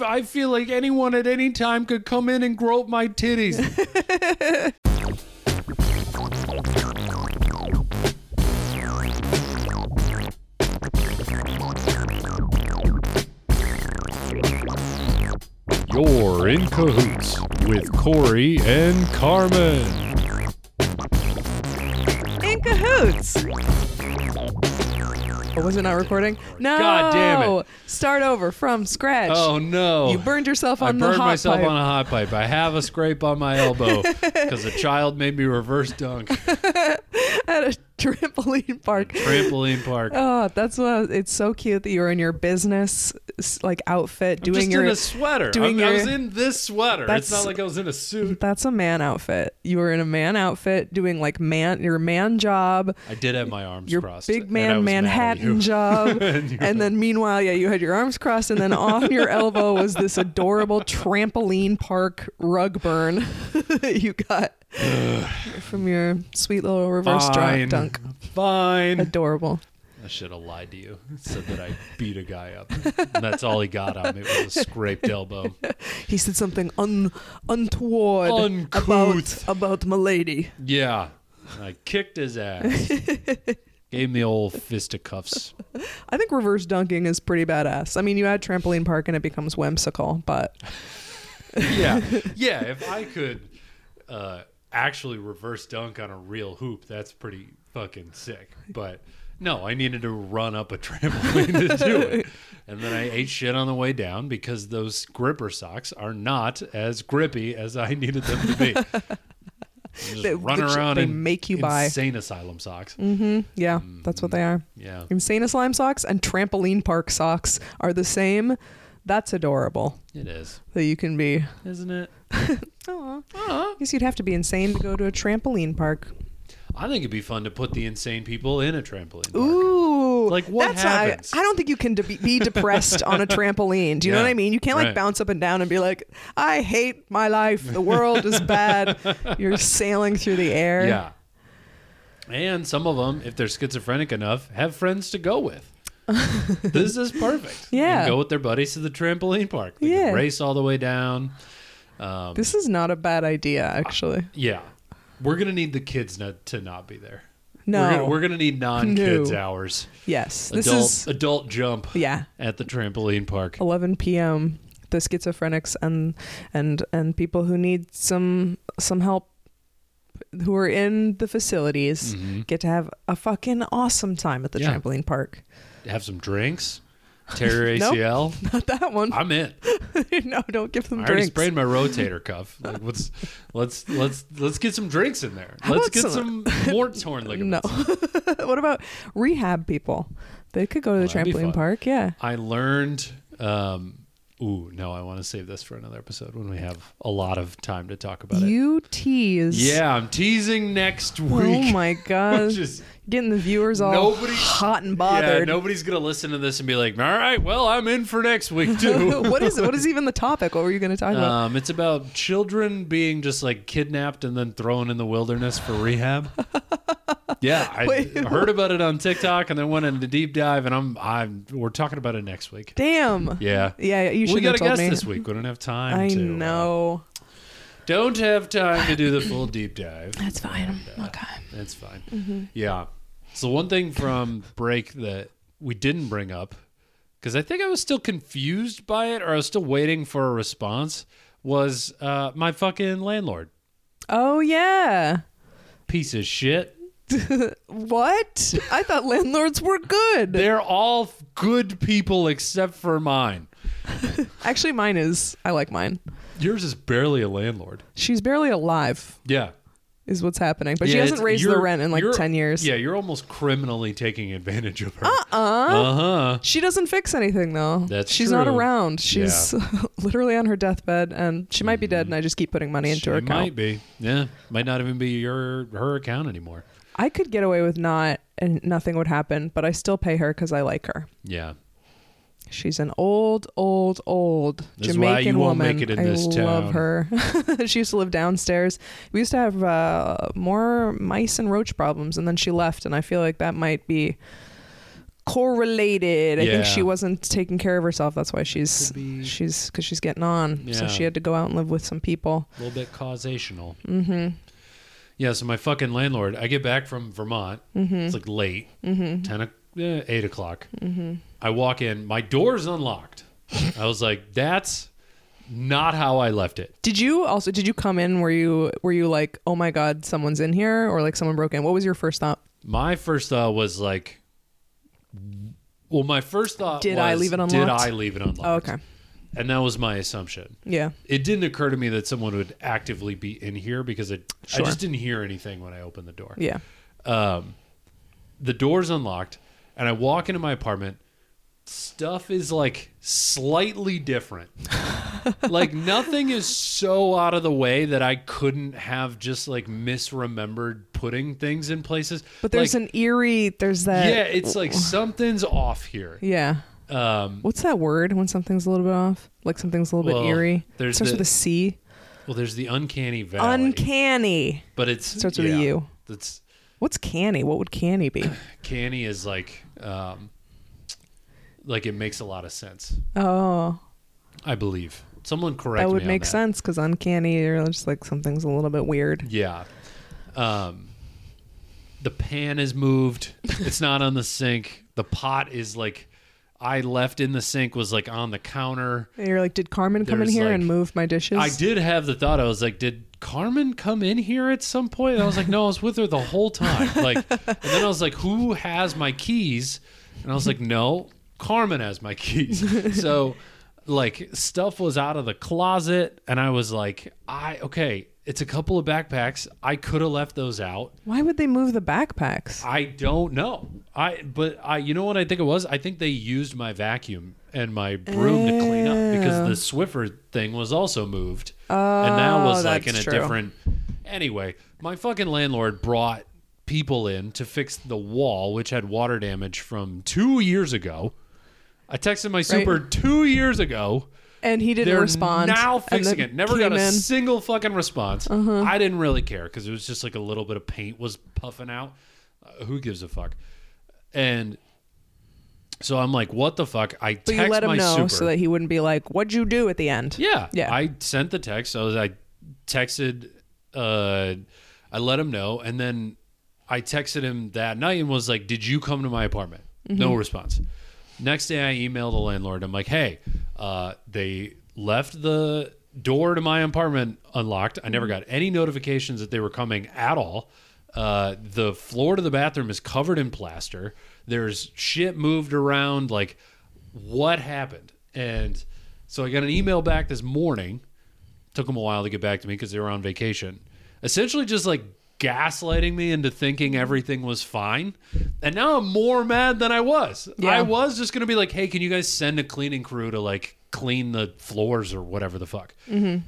I feel like anyone at any time could come in and grope my titties. You're in cahoots with Corey and Carmen. in cahoots. Oh, was it not recording? No. God damn it. Start over from scratch. Oh no! You burned yourself I on the burned hot myself pipe. on a hot pipe. I have a scrape on my elbow because a child made me reverse dunk at a trampoline park. trampoline park. Oh, that's what it's so cute that you were in your business s- like outfit doing just your in a sweater. doing I'm- I your- was in this sweater. It's That's- not like I was in a suit. That's a man outfit. You were in a man outfit doing like man your man job, I did have my arms your crossed. big and I man was mad at Manhattan you. job. And you were and then meanwhile, yeah, you had your arms crossed and then on your elbow was this adorable trampoline park rug burn that you got from your sweet little reverse fine, drop dunk. Fine. Adorable. I should have lied to you. Said that I beat a guy up. And that's all he got on me was a scraped elbow. He said something un untoward Uncouth. about about milady. Yeah. I kicked his ass. Gave him the old fisticuffs. I think reverse dunking is pretty badass. I mean, you add trampoline park and it becomes whimsical, but Yeah. Yeah. If I could uh, actually reverse dunk on a real hoop, that's pretty fucking sick. But no, I needed to run up a trampoline to do it. And then I ate shit on the way down because those gripper socks are not as grippy as I needed them to be. Just They- run they ch- around they in make you buy. Mm. insane asylum socks. yeah, that's Mm. what they are. Yeah. Insane slime socks and trampoline park socks are the same. That's adorable It is. that you can be. Isn't it? Uh-huh. Oh, I guess you'd have to be insane to go to a trampoline park. I think it'd be fun to put the insane people in a trampoline. park. Ooh, Like, what that's happens? Not, I don't think you can de- be depressed on a trampoline. Do you know Yeah, what I mean? You can't like right. bounce up and down and be like, "I hate my life. The world is bad." You're sailing through the air. Yeah. And some of them, if they're schizophrenic enough, have friends to go with. this is perfect. They can Yeah. go with their buddies to the trampoline park. They Yeah. can race all the way down. Um, This is not a bad idea, actually. yeah. We're going to need the kids not, to not be there. No. We're gonna- We're going to need non kids No. hours. Yes, this Adult, is adult jump yeah. at the trampoline park. 11 p.m. The schizophrenics and and and people who need some some help who are in the facilities Mm-hmm. get to have a fucking awesome time at the Mm. Yeah. trampoline park. Have some drinks. Tear your Nope. ACL. Not that one. I'm in. no, don't give them I already drinks. sprained my rotator cuff. Like, let's let's let's let's get some drinks in there. How let's about get some, some- more torn no. ligaments. what about rehab people? They could go to the that'd be fun. trampoline park. Yeah. I learned. Um, ooh, no, I want to save this for another episode when we have a lot of time to talk about it. You tease. Yeah, I'm teasing next Oh week. my god. which is- Getting the viewers all Nobody- hot and yeah, bothered. nobody's gonna listen to this and be like, "All right, well, I'm in for next week too." what is what is even the topic? What were you going to talk about? Um, it's about children being just like kidnapped and then thrown in the wilderness for rehab. yeah, I Wait, heard about it on TikTok and then went into deep dive, and I'm I'm we're talking about it next week. Damn. Yeah. Yeah, you should we got have a told guest me. this week. We don't have time. I to, uh, know. don't have time to do the full deep dive. That's fine. Okay. That's fine. Mm-hmm. Yeah. So one thing from break that we didn't bring up because I think I was still confused by it, or I was still waiting for a response, was uh, my fucking landlord. Oh yeah. piece of shit. What? I thought landlords were good. They're all good people except for mine. Actually, mine is. I like mine. Yours is barely a landlord. She's barely alive, Yeah. is what's happening. But she Yeah, hasn't it's- raised the you're- rent in like you're- ten years. Yeah, you're almost criminally taking advantage of her. Uh-uh. Uh-huh. She doesn't fix anything though. That's She's not true. around. She's literally on her deathbed, and she might be dead. And I just keep putting money into Mm-hmm. She her might account. be. Yeah. Might not even be your her account anymore. I could get away with not, and nothing would happen. But I still pay her because I like her. Yeah. She's an old, old, old This is Jamaican why you won't woman. make it in I this love town. her. she used to live downstairs. We used to have uh, more mice and roach problems, and then she left, and I feel like that might be correlated. I Yeah. think she wasn't taking care of herself. That's why she's Could be- she's because she's getting on. So Yeah. she had to go out and live with some people. A little bit causational. Mm-hmm. Yeah, so my fucking landlord, I get back from Vermont. It's like late, mm-hmm. 10, o- eh, 8 o'clock. Mm-hmm. I walk in. My door's unlocked. I was like, that's not how I left it. Did you also did you come in? Were you were you like oh my god someone's in here or like someone broke in? What was your first thought? My first thought was like, well, my first thought Did I was, leave it Did unlocked? I leave it unlocked? Oh, okay, And that was my assumption. yeah, It didn't occur to me that someone would actively be in here because it, Sure. I just didn't hear anything when I opened the door. yeah. the door's unlocked and i walk into my apartment stuff is like slightly different like nothing is so out of the way that i couldn't have just like misremembered putting things in places But there's like, an uh, eerie. There's that. yeah it's like something's off here Yeah. um What's that word when something's a little bit off? Like something's a little Well, bit eerie. there's starts the- with a C. well there's the uncanny valley Uncanny. but it's Starts with a yeah, U. that's What's canny? What would canny be? canny is like um like it makes a lot of sense Oh, i believe someone correct that would me on make that. sense because uncanny, you're just like something's a little bit weird. Yeah. Um, the pan is moved. It's not on the sink. The pot is like I left in the sink was like on the counter. And you're like, did Carmen come in There's, here like- and move my dishes? I did have the thought I was like, did Carmen come in here at some point? And I was like, no, I was with her the whole time. Like, and then I was like, who has my keys? And I was like, no, Carmen has my keys. So, like, stuff was out of the closet, and I was like, I okay, it's a couple of backpacks. I could have left those out. Why would they move the backpacks? I don't know. I but I you know what I think it was? I think they used my vacuum and my broom to clean up because the Swiffer thing was also moved. Oh, and that was like in that's a true. different Anyway, my fucking landlord brought people in to fix the wall which had water damage from 2 years ago. I texted my super 2 years ago. And he didn't They're respond. now and fixing then it. Never got came a in. Uh-huh. single fucking response. I didn't really care because it was just like a little bit of paint was puffing out. Uh, who gives a fuck? And so I'm like, what the fuck? I But text you let him my know super. so that he wouldn't be like, what'd you do at the end? yeah, Yeah. I sent the text. I was I texted. Uh, I let him know, and then I texted him that night and was like, "Did you come to my apartment?" No response. Next day, I emailed the landlord. I'm like, "Hey, uh, they left the door to my apartment unlocked. I never got any notifications that they were coming at all. Uh, the floor to the bathroom is covered in plaster. There's shit moved around. Like, what happened?" And so I got an email back this morning. Took them a while to get back to me because they were on vacation. Essentially, just like gaslighting me into thinking everything was fine. And now I'm more mad than I was. Yeah. I was just going to be like, hey, can you guys send a cleaning crew to like clean the floors or whatever the fuck?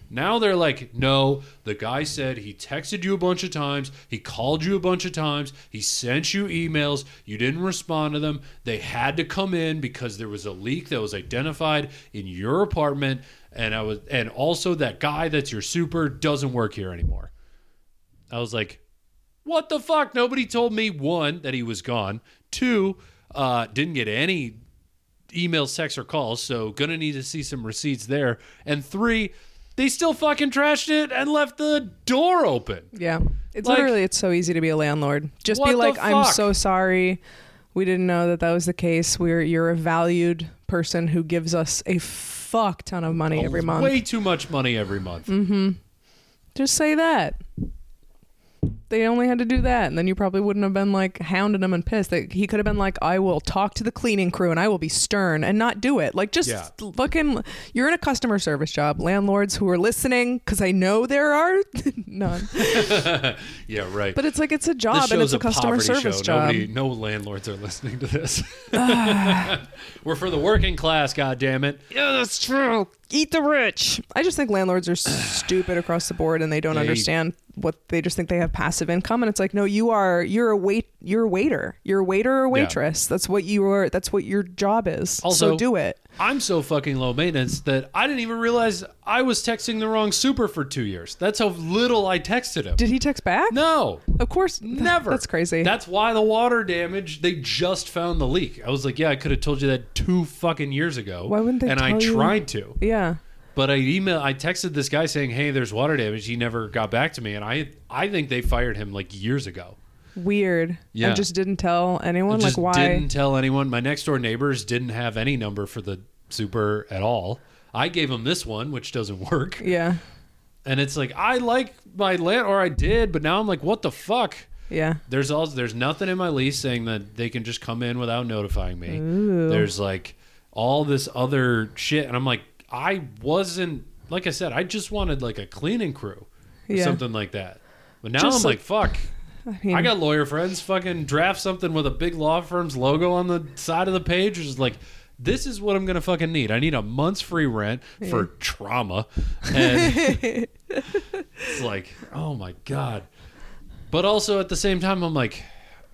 Now they're like, no, the guy said he texted you a bunch of times, he called you a bunch of times, he sent you emails, you didn't respond to them. They had to come in because there was a leak that was identified in your apartment and I was and also that guy that's your super doesn't work here anymore. I was like, what the fuck? Nobody told me one that he was gone. Two, uh, didn't get any emails, texts, or calls, so gonna need to see some receipts there. And three, they still fucking trashed it and left the door open. Yeah. It's Like- literally it's so easy to be a landlord. Just What be the like I'm fuck? so sorry. We didn't know that that was the case. We're you're a valued person who gives us a fuck ton of money every month. Mm. Way too much money every month. Just say that. They only had to do that, and then you probably wouldn't have been like hounding him and pissed. That he could have been like, "I will talk to the cleaning crew, and I will be stern and not do it." Like, just Yeah. fucking. You're in a customer service job. Landlords who are listening, because I know there are none. Yeah, right. But it's like it's a this job, and show's it's a, customer poverty service show. job. Nobody, no landlords are listening to this. We're for the working class, God damn it. Yeah, that's true. Eat the rich. I just think landlords are stupid across the board, and they don't They- understand what they just think they have passive income. And it's like, no, you are you're a wait you're a waiter, you're a waiter or waitress. That's what you are. That's what your job is. Also- so do it. I'm so fucking low maintenance that I didn't even realize I was texting the wrong super for two years. That's how little I texted him. Did he text back? no. Of course, Never. That's crazy. That's why the water damage. They just found the leak. I was like, yeah, I could have told you that two fucking years ago. Why wouldn't they And I tell you? tried to, yeah. but I email, I texted this guy saying, hey, there's water damage. He never got back to me, and I, I think they fired him like years ago. Weird. Yeah. And just didn't tell anyone. just like why? didn't tell anyone. My next door neighbors didn't have any number for the super at all. I gave them this one, which doesn't work. Yeah. And it's like I like my land, or I did, but now I'm like, what the fuck? Yeah. There's all there's nothing in my lease saying that they can just come in without notifying me. Ooh. There's like all this other shit, and I'm like, I wasn't like I said, I just wanted like a cleaning crew, or Yeah. something like that. But now Just I'm like, like- fuck. I mean, I got lawyer friends. Fucking draft something with a big law firm's logo on the side of the page. Which is like, this is what I'm gonna fucking need. I need a month's free rent for trauma, and it's like, oh my god. But also at the same time, I'm like,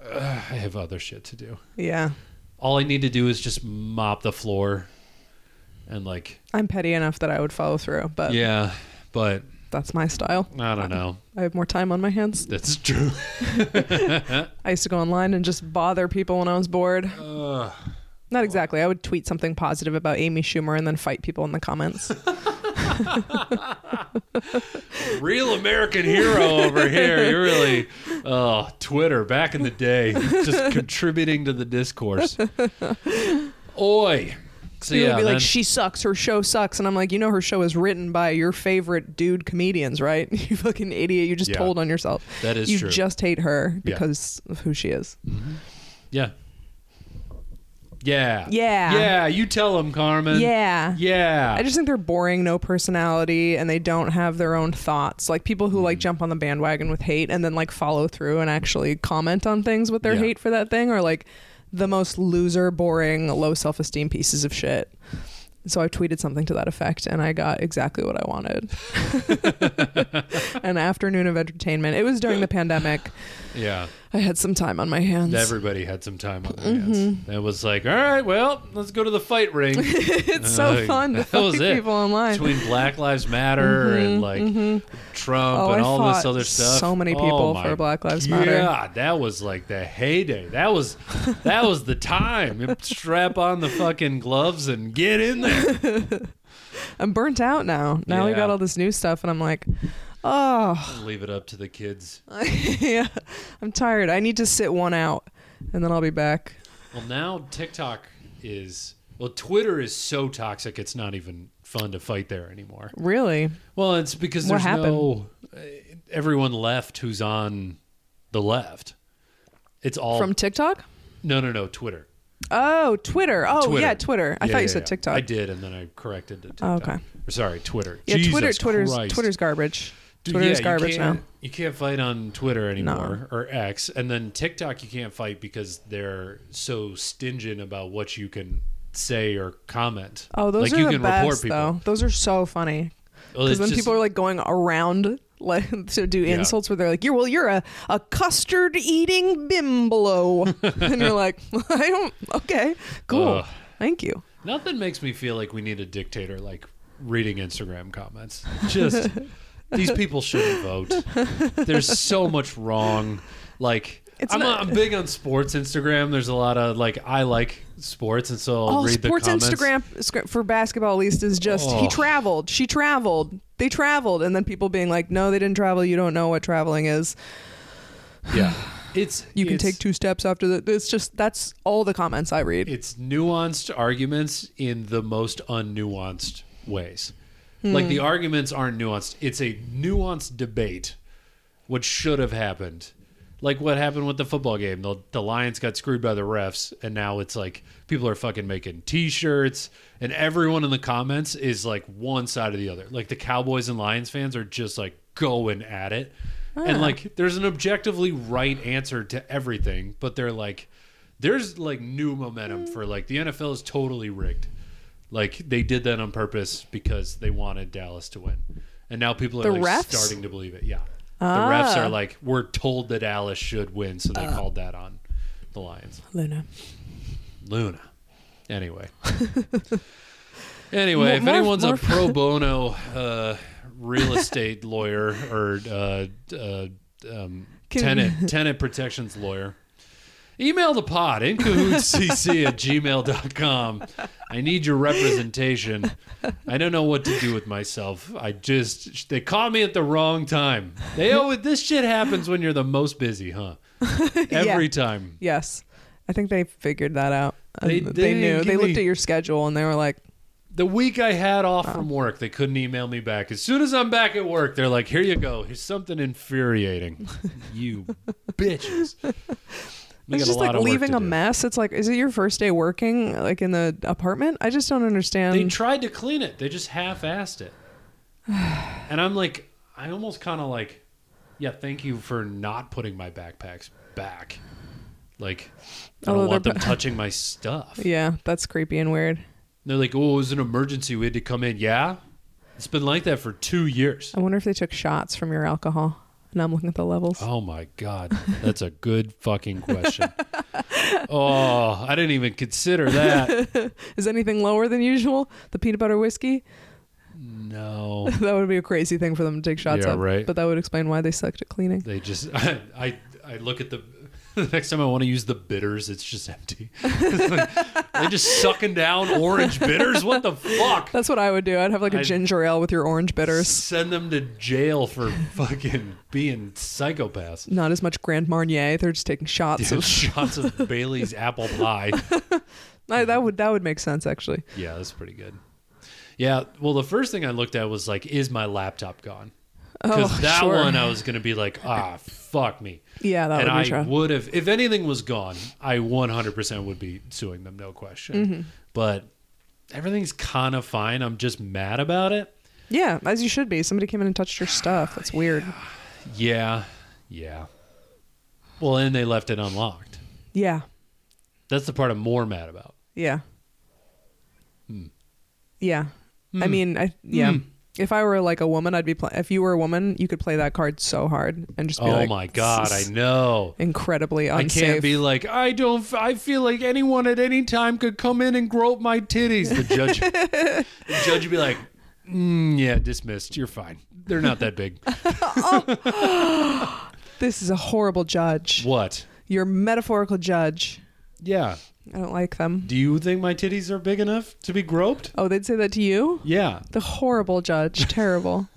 "Ugh, I have other shit to do. yeah. All I need to do is just mop the floor, and like, I'm petty enough that I would follow through, but yeah. But that's my style. I don't know. I have more time on my hands. That's true. I used to go online and just bother people when I was bored. Ugh. Not exactly. I would tweet something positive about Amy Schumer and then fight people in the comments. real American hero over here. You're really, oh, Twitter back in the day, just contributing to the discourse. Oi. So People yeah, would be then, like, she sucks. Her show sucks. And I'm like, you know, her show is written by your favorite dude comedians, right? you fucking idiot. You just Yeah. told on yourself. that is you true. just hate her Yeah. because of who she is. yeah. Yeah. Yeah. Yeah. You tell him, Carmen. Yeah. Yeah. I just think they're boring, no personality, and they don't have their own thoughts. Like people who Mm. like jump on the bandwagon with hate and then like follow through and actually comment on things with their Yeah. hate for that thing are like the most loser, boring, low self esteem pieces of shit. So I tweeted something to that effect and I got exactly what I wanted. An afternoon of entertainment. It was during the pandemic. yeah. I had some time on my hands. Everybody had some time on their hands. Mm-hmm. That was like, all right, well, let's go to the fight ring. it's so Uh, fun to that was fight it. people online. between Black Lives Matter and like Trump Mm-hmm. Oh, and I all this fought other stuff. so many Oh people my for Black Lives Matter. Yeah, that was like the heyday. That was that was the time. Strap on the fucking gloves and get in there. I'm burnt out now. Now we Yeah. got all this new stuff, and I'm like, oh, Leave it up to the kids. yeah, I'm tired. I need to sit one out, and then I'll be back. Well, now TikTok is well, Twitter is so toxic. It's not even fun to fight there anymore. Really? Well, it's because What there's no eh, everyone left who's on the left. It's all From TikTok? no, no, no. Twitter. Oh, Twitter. Oh, Twitter. yeah, Twitter. I Yeah, thought yeah, you said yeah. TikTok. I did, and then I corrected to Oh, TikTok. okay. Or sorry, Twitter. Yeah, Jesus Twitter. Twitter's Christ. Twitter's garbage. Dude, Twitter's yeah, you garbage now. can't- You can't fight on Twitter anymore or X, and then TikTok you can't fight because they're so stingent about what you can say or comment. Oh, like those are you the can report best people. though. Those are so funny Well, because it's then just- people are like going around like to do Yeah. insults where they're like, "You're well, you're a, a custard eating bimbo," and you're like, "I don't. Okay, cool. Ugh. Thank you." Nothing makes me feel like we need a dictator like reading Instagram comments. Just these people shouldn't vote. There's so much wrong. Like It's I'm, not- I'm big on sports Instagram. There's a lot of like I like sports, and so I'll All read Oh, sports the comments. Instagram sc- for basketball at least is just he Oh. traveled, she traveled, they traveled, and then people being like, "No, they didn't travel. You don't know what traveling is. Yeah, it's You can it's- take two steps after that." It's just that's all the comments I read. It's nuanced arguments in the most unnuanced ways. Like the arguments aren't nuanced. It's a nuanced debate. What should have happened? Like what happened with the football game? The, the Lions got screwed by the refs, and now it's like people are fucking making T-shirts, and everyone in the comments is like one side or the other. Like the Cowboys and Lions fans are just like going at it, and like there's an objectively right answer to everything, but they're like, there's like new momentum for like the NFL is totally rigged. Like they did that on purpose because they wanted Dallas to win, and now people are The like refs? starting to believe it. Yeah, the refs are like we're told that Dallas should win, so they called that on the Lions. Luna. Luna. Anyway, Anyway, More- if more- anyone's more- a pro bono uh, real estate lawyer or uh, uh, um, Can- tenant tenant protections lawyer, email the pod in cahootscc at gmail.com. I need your representation. I don't know what to do with myself. I just, they caught me at the wrong time. They always, this shit happens when you're the most busy, huh? Every time. Yes. I think they figured that out. They- And they they knew. give They looked me- at your schedule and they were like, The week I had off from work, they couldn't email me back. As soon as I'm back at work, they're like, "Here you go. Here's something infuriating." you bitches. We it's got just lot like of work leaving to a do. mess. It's like, is it your first day working like in the apartment? I just don't understand. They tried to clean it. They just half-assed it. and I'm like, I almost kind of like, yeah, thank you for not putting my backpacks back. Like, I Although don't want they're them touching my stuff. yeah, that's creepy and weird. They're like, "Oh, it was an emergency. We had to come in." Yeah, it's been like that for two years. I wonder if they took shots from your alcohol. Now I'm looking at the levels. Oh my God. That's a good fucking question. oh, I didn't even consider that. Is anything lower than usual? The peanut butter whiskey? No. that would be a crazy thing for them to take shots Yeah, of. right. But that would explain why they sucked at cleaning. They just, I, I, I look at the. The next time I want to use the bitters, it's just empty. They're just sucking down orange bitters. What the fuck? That's what I would do. I'd have like a I- ginger ale with your orange bitters. Send them to jail for fucking being psychopaths. Not as much Grand Marnier. They're just taking shots. Dude, Of, shots of Bailey's apple pie. I, that would that would make sense actually. Yeah, that's pretty good. Yeah, well, the first thing I looked at was like, is my laptop gone? Because Oh, that sure. one I was gonna be like, ah, fuck me. Yeah, that and would I be true. would have, if anything was gone, I 100% would be suing them, no question. Mm-hmm. But everything's kind of fine. I'm just mad about it. yeah, as you should be. Somebody came in and touched your stuff. That's weird. Yeah, yeah. Well, and they left it unlocked. Yeah, That's the part I'm more mad about. yeah, Hmm. yeah. I mean, I yeah. If I were like a woman, I'd be playing. If you were a woman, you could play that card so hard and just be oh like, my god, I "This is know. incredibly I unsafe." can't be like I don't. f- I feel like anyone at any time could come in and grope my titties. The judge, the judge would be like, "Mm, "Yeah, dismissed. You're fine. They're not that big." this is a horrible judge. what? You're a metaphorical judge. Yeah. I don't like them. Do you think my titties are big enough to be groped? Oh, they'd say that to you? Yeah. The horrible judge. Terrible.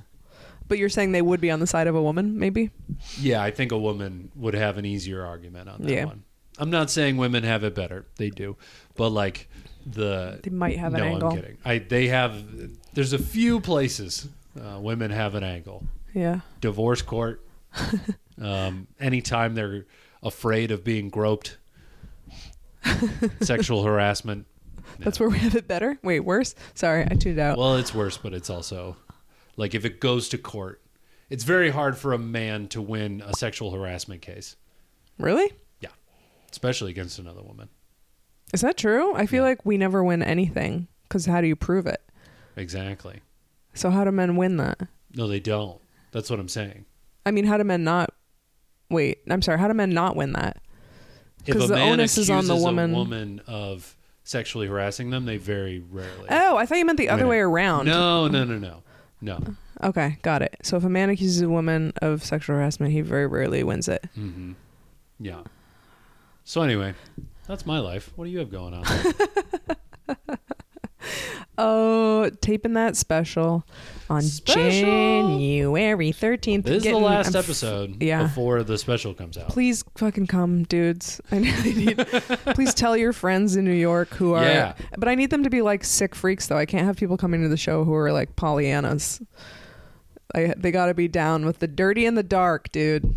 But you're saying they would be on the side of a woman, maybe? Yeah, I think a woman would have an easier argument on that Yeah. one. I'm not saying women have it better. They do, but like the They might have an no, angle. I'm kidding. I they have. There's a few places uh, women have an angle. Yeah. divorce court. um, anytime they're afraid of being groped, sexual harassment. That's where we have it better? Wait, worse? Sorry, I tuned out. Well, it's worse, but it's also like if it goes to court, it's very hard for a man to win a sexual harassment case. really? Yeah, especially against another woman. Is that true? I feel Yeah. like we never win anything because how do you prove it? Exactly. So, how do men win that? No, they don't. That's what I'm saying. I mean, how do men not. Wait, I'm sorry. How do men not win that? If 'Cause a the man onus is on the accuses woman. a woman of sexually harassing them, they very rarely. Oh, I thought you meant the other Win it. way around. No, no, no, no, no. Okay, got it. So, if a man accuses a woman of sexual harassment, he very rarely wins it. Mm. Mm-hmm. Yeah. So anyway, that's my life. What do you have going on? Oh, taping that special on Special. January 13th. This is the Getting- last I'm f- episode yeah. before the special comes out. Please fucking come, dudes. I really need. please tell your friends in New York who are. Yeah. But I need them to be like sick freaks, though. I can't have people coming to the show who are like Pollyannas. I, they got to be down with the dirty and the dark, dude.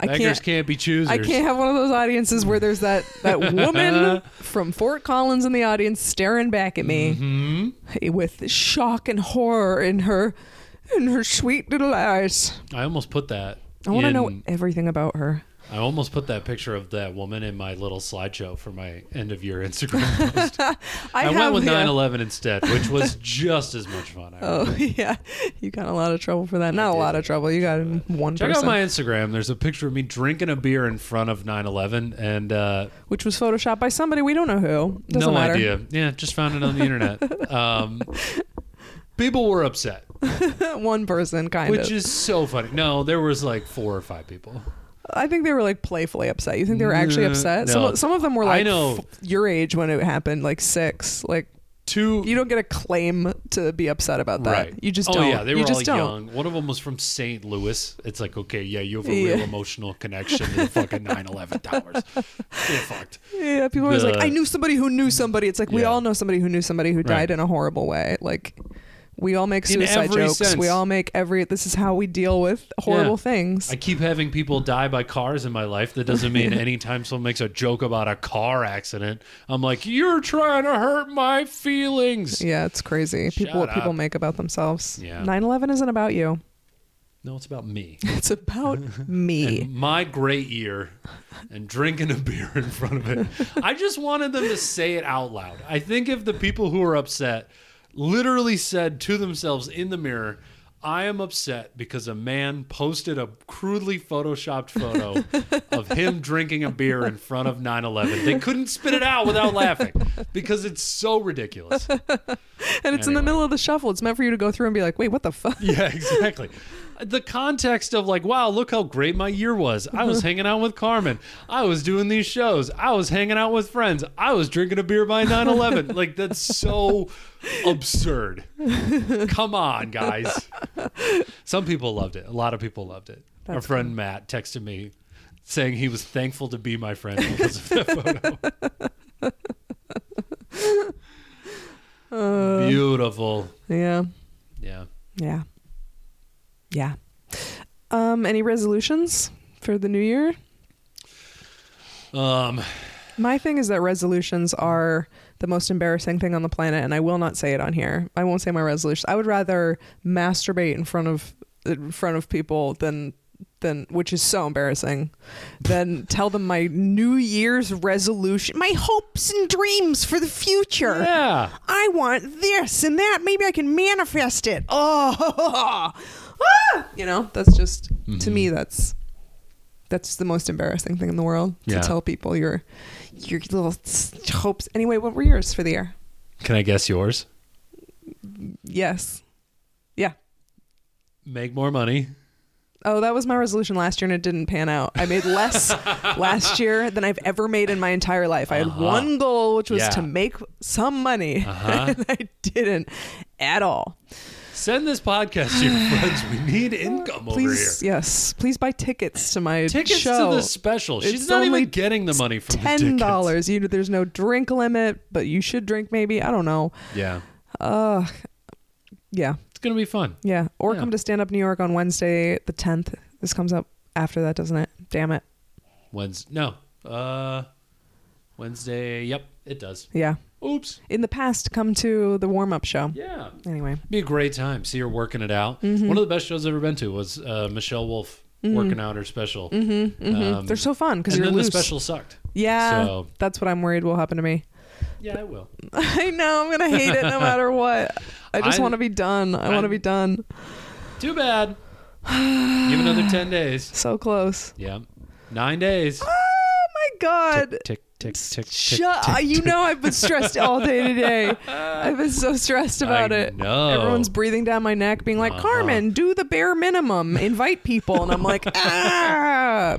I Beggars can't. can't, be choosers. I can't have one of those audiences where there's that that woman from Fort Collins in the audience staring back at me Hmm? Mm-hmm. with shock and horror in her in her sweet little eyes. I almost put that. I want to in- know everything about her. I almost put that picture of that woman in my little slideshow for my end of year Instagram post. I, have, went with yeah. 9/11 instead, which was just as much fun. I Oh yeah, you got in a lot of trouble for that. Not a did lot get of trouble. You got in one Check out person, my Instagram. There's a picture of me drinking a beer in front of 9/11, and uh, which was photoshopped by somebody we don't know who. no Doesn't matter. idea. Yeah, just found it on the internet. Um, people were upset, one person, kind which of. is so funny. No, there was like four or five people. I think they were like playfully upset. You think they were actually No, upset? no. Some some of them were I like know. f- your age when it happened, like six. Like Two. you don't get a claim to be upset about that. Right. You just oh, don't. yeah, they you were just all don't. young. One of them was from St. Louis. It's like, okay, yeah, you have a Yeah. real emotional connection to the fucking 9/11 towers. Get fucked. Yeah, people are always like, The- I knew somebody who knew somebody. It's like we Yeah. all know somebody who knew somebody who died Right. in a horrible way. Like we all make In suicide every jokes. sense. We all make every. This is how we deal with horrible Yeah. things. I keep having people die by cars in my life. That doesn't mean anytime someone makes a joke about a car accident, I'm like, you're trying to hurt my feelings. yeah, it's crazy. People what Shut people up. make about themselves. Yeah. 9/11 isn't about you. No, it's about me. It's about me. And my great year and drinking a beer in front of it. I just wanted them to say it out loud. I think if the people who are upset literally said to themselves in the mirror, I am upset because a man posted a crudely photoshopped photo of him drinking a beer in front of 9 11. They couldn't spit it out without laughing because it's so ridiculous. and it's in the Anyway. middle of the shuffle. It's meant for you to go through and be like, wait, what the fuck? Yeah, exactly. The context of like, wow, look how great my year was. I was hanging out with Carmen. I was doing these shows. I was hanging out with friends. I was drinking a beer by 9/11. like that's so absurd. Come on, guys. Some people loved it. A lot of people loved it. Our That's friend Matt texted me saying he was thankful to be my friend because of that photo. Beautiful. Yeah. Yeah. Yeah. Yeah. Um, any resolutions for the new year? Um My thing is that resolutions are the most embarrassing thing on the planet, and I will not say it on here. I won't say my resolution. I would rather masturbate in front of in front of people than than which is so embarrassing than tell them my New Year's resolution, my hopes and dreams for the future. yeah. I want this and that. Maybe I can manifest it. Oh, Ah! you know, that's just to me. Mm-hmm. That's that's the most embarrassing thing in the world to Yeah. tell people your your little s- hopes. Anyway, what were yours for the year? Can I guess yours? Yes, yeah. Make more money. Oh, that was my resolution last year, and it didn't pan out. I made less last year than I've ever made in my entire life. I had Uh-huh. one goal, which was Yeah. to make some money, Uh-huh. and I didn't at all. Send this podcast to your friends. We need income please, over here. yes, please buy tickets to my Tickets show. to the special. She's It's not only even getting the money from the Ten tickets. dollars. You know, there's no drink limit, but you should drink. Maybe I don't know. Yeah. Ugh. Yeah, It's going to be fun. yeah. Or Yeah. come to stand up New York on Wednesday the 10th. This comes up after that, doesn't it? Damn it. Wednesday. No. Uh, Wednesday. Yep, it does. Yeah. Oops. In the past, come to the warm up show. Yeah. Anyway, Be a great time. See her working it out. Mm-hmm. One of the best shows I've ever been to was uh, Michelle Wolf working out her special. Mm-hmm, Um, they're so fun because and you're then loose. the special sucked. yeah, So- that's what I'm worried will happen to me. Yeah, it will. I know I'm gonna hate it no matter what. I just I'm- want to be done. I want to I'm- be done. Too bad. Give another 10 days. So close. Yeah. Nine days. Oh my god. tick, tick, tick, tick. Shut You know I've been stressed all day today. I've been so stressed about I it. know. Everyone's breathing down my neck, being like, Uh-huh. Carmen, do the bare minimum. Invite people. And I'm like, ah.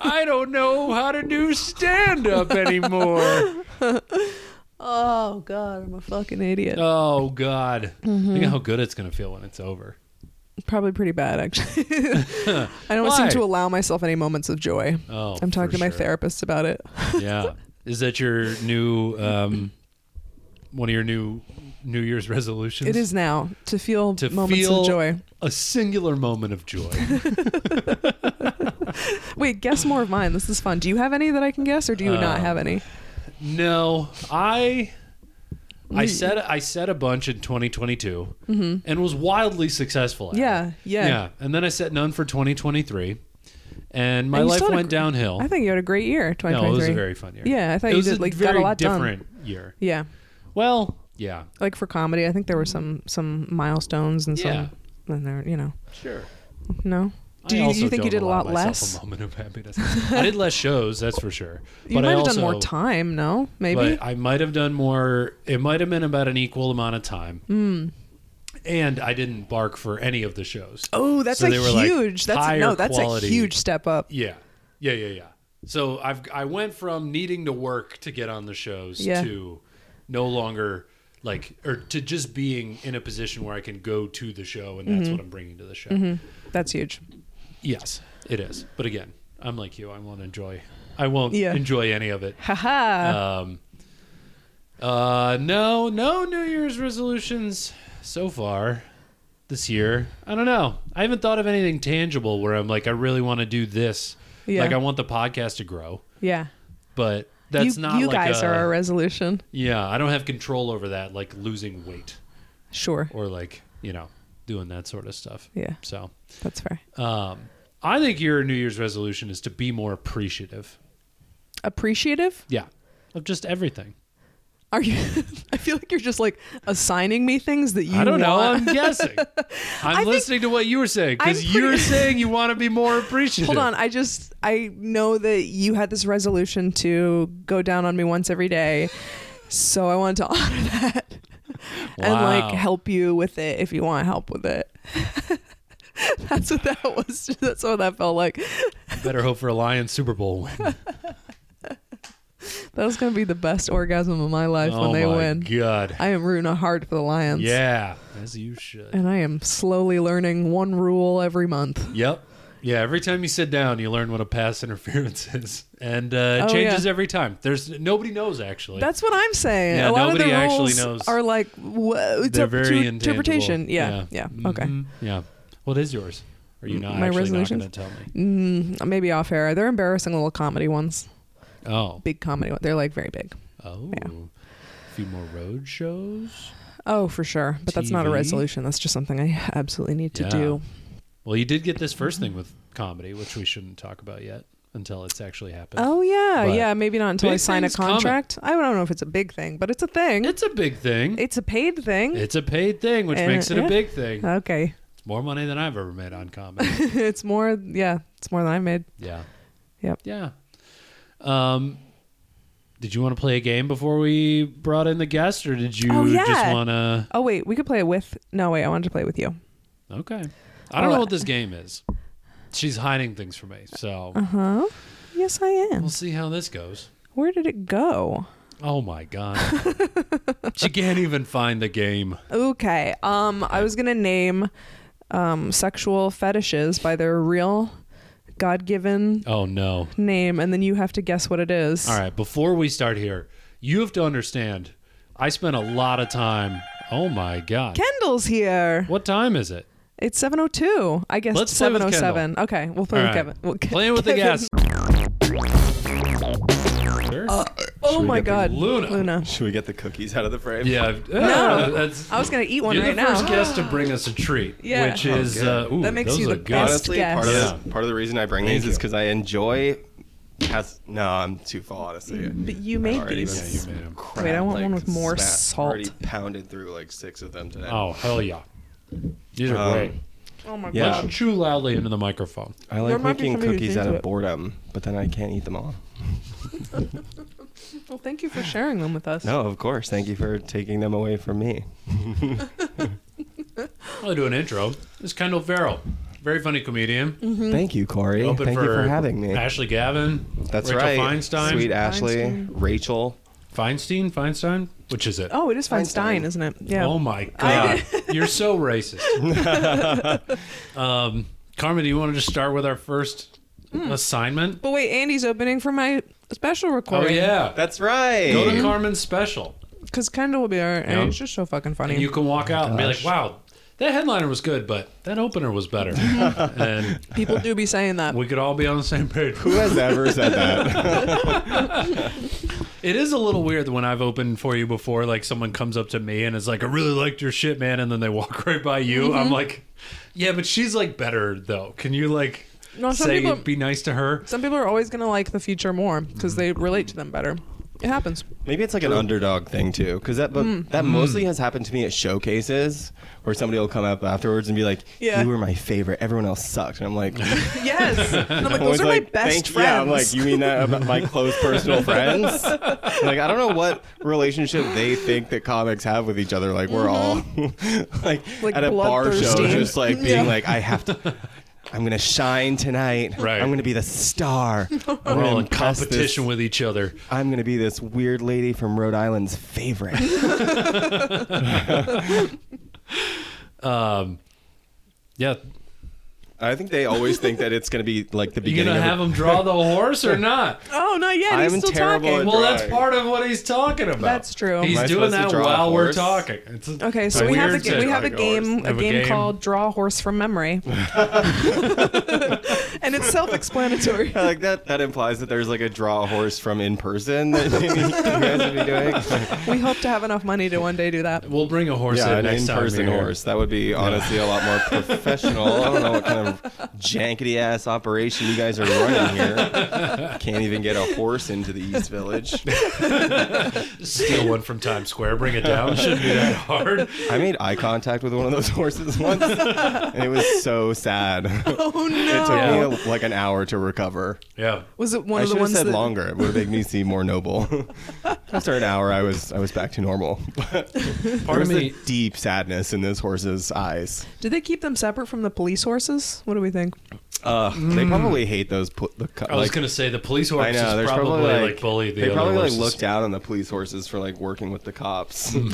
I don't know how to do stand up anymore. Oh God, I'm a fucking idiot. Oh God. Mm-hmm. Think how good it's gonna feel when it's over. Probably pretty bad actually. I don't Why? seem to allow myself any moments of joy. Oh I'm talking for to my sure. therapist about it. Yeah. Is that your new um one of your new New Year's resolutions? It is now to feel to moments feel of joy. a singular moment of joy. Wait, guess more of mine. This is fun. Do you have any that I can guess, or do you not Um, have any? no, I Mm. I said I said a bunch in 2022 and was wildly successful. At it. Mm-hmm. Yeah, yeah. Yeah. And then I set none for 2023. and my And you life still had a went gr- downhill. I think you had a great year, no, it 2023. was a very fun year. yeah, I thought it you was did a like very got a lot done. different year. Yeah, Well, yeah, like for comedy, I think there were some some milestones and Yeah. some. And there, you know, sure. no. Do I you, also you think you don't did a allow lot myself less? A moment of happiness. I did less shows, that's for sure. You but might I have also, done more time. No, maybe. But I might have done more. It might have been about an equal amount of time. Hmm. And I didn't bark for any of the shows. oh, that's So a they were, like, huge. that's higher no, that's quality. a huge step up. Yeah, yeah, yeah, yeah. So I've I went from needing to work to get on the shows Yeah. to no longer like or to just being in a position where I can go to the show and that's Mm-hmm. what I'm bringing to the show. That's huge. Yes, it is. But again, I'm like you. I won't enjoy. I won't Yeah. enjoy any of it. Haha. Um, uh, no, no New Year's resolutions so far this year. I don't know. I haven't thought of anything tangible where I'm like, I really want to do this. Yeah. Like, I want the podcast to grow, yeah. but that's you, not you like guys a- are our resolution. yeah. I don't have control over that, like losing weight Sure. or like you know doing that sort of stuff. Yeah, So, that's fair. um, I think your New Year's resolution is to be more appreciative. Appreciative? Yeah, of just everything. Are you? I feel like you're just like assigning me things that you I don't know. want. I'm guessing. I'm think- listening to what you were saying because I'm pretty- you were saying you want to be more appreciative. Hold on. I just I know that you had this resolution to go down on me once every day. So I wanted to honor that and Wow. like help you with it if you want help with it. That's what that was. That's what that felt like. Better hope for a Lions Super Bowl win. That was gonna be the best orgasm of my life when oh they my win. god! I am rooting hard for the Lions. Yeah, as you should. And I am slowly learning one rule every month. Yep. Yeah. Every time you sit down, you learn what a pass interference is, and uh, it Oh, changes yeah. every time. There's nobody knows actually. That's what I'm saying. Yeah, a lot of the nobody actually rules knows. are like wha- it's They're up very to intangible. interpretation. Yeah, yeah. Okay. Mhm. Yeah. What is yours? Are you not actually My not going resolutions? to tell me? Mm, maybe off air. They're embarrassing little comedy ones. Oh. Big comedy ones. They're like very big. Oh. Yeah. A few more road shows. Oh, for sure. But that's not a TV? resolution. That's just something I absolutely need to Yeah. do. Well, you did get this first thing with comedy, which we shouldn't talk about yet until it's actually happened. Oh yeah, But yeah. Maybe not until I big sign a things coming. contract. I don't know if it's a big thing, but it's a thing. It's a big thing. It's a paid thing. It's a paid thing, which Uh, makes it yeah. a big thing. okay, It's more money than I've ever made on comedy. it's more. Yeah, it's more than I made. yeah. Yep. Yeah. Um, did you want to play a game before we brought in the guest, or did you Oh, just yeah. want to? Oh wait, we could play it with. No wait, I wanted to play it with you. Okay. I don't Oh, know uh, what this game is. She's hiding things from me, so Uh huh. Yes, I am. we'll see how this goes. Where did it go? Oh my god, she can't even find the game. Okay. Um, I was gonna name um sexual fetishes by their real God-given Oh no. name, and then you have to guess what it is. All right, before we start here, you have to understand I spent a lot of time. Oh my god. Kendall's here. what time is it? It's seven oh two. I guess Let's play with seven oh seven. Okay, we'll play All right. with Kevin. Well, Ke- Playing with the Kevin. gas. Oh we my get the God, Luna? Should we get the cookies out of the frame? Yeah. uh, No. that's I was gonna eat one you're right the now. first guest to bring us a treat, Yeah. which is uh, good. ooh, That makes those you are the good. best. Honestly, Yes. part of, Yeah. the, part of the reason I bring these you. is because I enjoy. Has, no, I'm too full, honestly. Mm. But you made Already these. been- Yeah, you made 'em. crap, Wait, I want one with more smack- salt. Already pounded through like six of them today. Oh hell yeah. These are Um, great. Oh my Yeah. Let's chew loudly into the microphone. I There like might be making somebody who's cookies out into of it. boredom, but then I can't eat them all. Well, thank you for sharing them with us. No, of course. Thank you for taking them away from me. I'll do an intro. This is Kendall Farrell, very funny comedian. Mm-hmm. Thank you, Corey. Open Thank for, you for having me. Ashley Gavin. That's Rachel right. Feinstein. Sweet Ashley, Feinstein. Rachel. Feinstein. Feinstein. Which is it? Oh, it is Feinstein, Feinstein. isn't it? Yeah. Oh my god, you're so racist. um, Carmen, do you want to just start with our first Hmm. assignment? But wait, Andy's opening for my special Oh recording. yeah, That's right. go to Carmen's special, Because Kendall will be our. and Yeah. It's just so fucking funny. and you can walk out and be like, Gosh. "Wow, that headliner was good, but that opener was better," and People do be saying that. we could all be on the same page. Who has ever said that? It is a little weird when I've opened for you before. Like someone comes up to me and is like, "I really liked your shit, Mm-hmm. man," and then they walk right by you. I'm like, "Yeah, but she's like better though. Can you like?" No, some saying people- be nice to her. Some people are always going to like the future more because they relate to them better. It happens. Maybe it's like an underdog thing too, because that Hmm. but Hmm. that mostly has happened to me at showcases where somebody will come up afterwards and be like, Yeah. "You were my favorite. Everyone else sucked." And I'm like, "Those Yes. And I'm like, those are my best friends. Yeah, I'm like, "You mean that about my close personal friends?" like, I don't know what relationship they think that comics have with each other. Like, we're all like, Mm-hmm. Like at a bar show, bloodthirsty. just like being Yeah. like, "I have to." I'm gonna shine tonight. Right. I'm gonna be the star. I'm We're gonna all in impress this- competition with each other. I'm gonna be this weird lady from Rhode Island's favorite. Um, yeah, I think they always think that it's gonna be like the you beginning. gonna of have him draw the horse or not? oh, not yet. I'm He's still terrible talking. at Well, that's Drawing. part of what he's talking about. That's true. He's Am I doing supposed to that draw a while we're horse? talking. It's a- Okay, so a we have, the weird ga- we thing. have a Drawing a game, a Have a game, game. called Draw Horse from Memory, and it's self-explanatory. I like that. That implies that there's like a draw horse from in person that you guys would be doing. We hope to have enough money to one day do that. We'll bring a horse Yeah, in an next time. in-person you're here. horse. That would be honestly a lot more professional. I don't know what kind of jankety ass operation you guys are running here. Can't even get a horse into the East Village. Steal one from Times Square, bring it down. Shouldn't be that hard. I made eye contact with one of those horses once, and it was so sad. Oh It took no! Yeah. me like an hour to recover. Yeah. Was it one I of the should have ones said that? longer. It would have made me seem more noble. After an hour, I was I was back to normal. There Part of was me. a deep sadness in this horse's eyes. Did they keep them separate from the police horses? What do we think? Uh, They probably hate those. Pl- the, co- Mm. I was like- gonna say the police I horse is know. probably, There's probably, like, like bully the they other probably like horses. look down on the police horses for like working with the cops.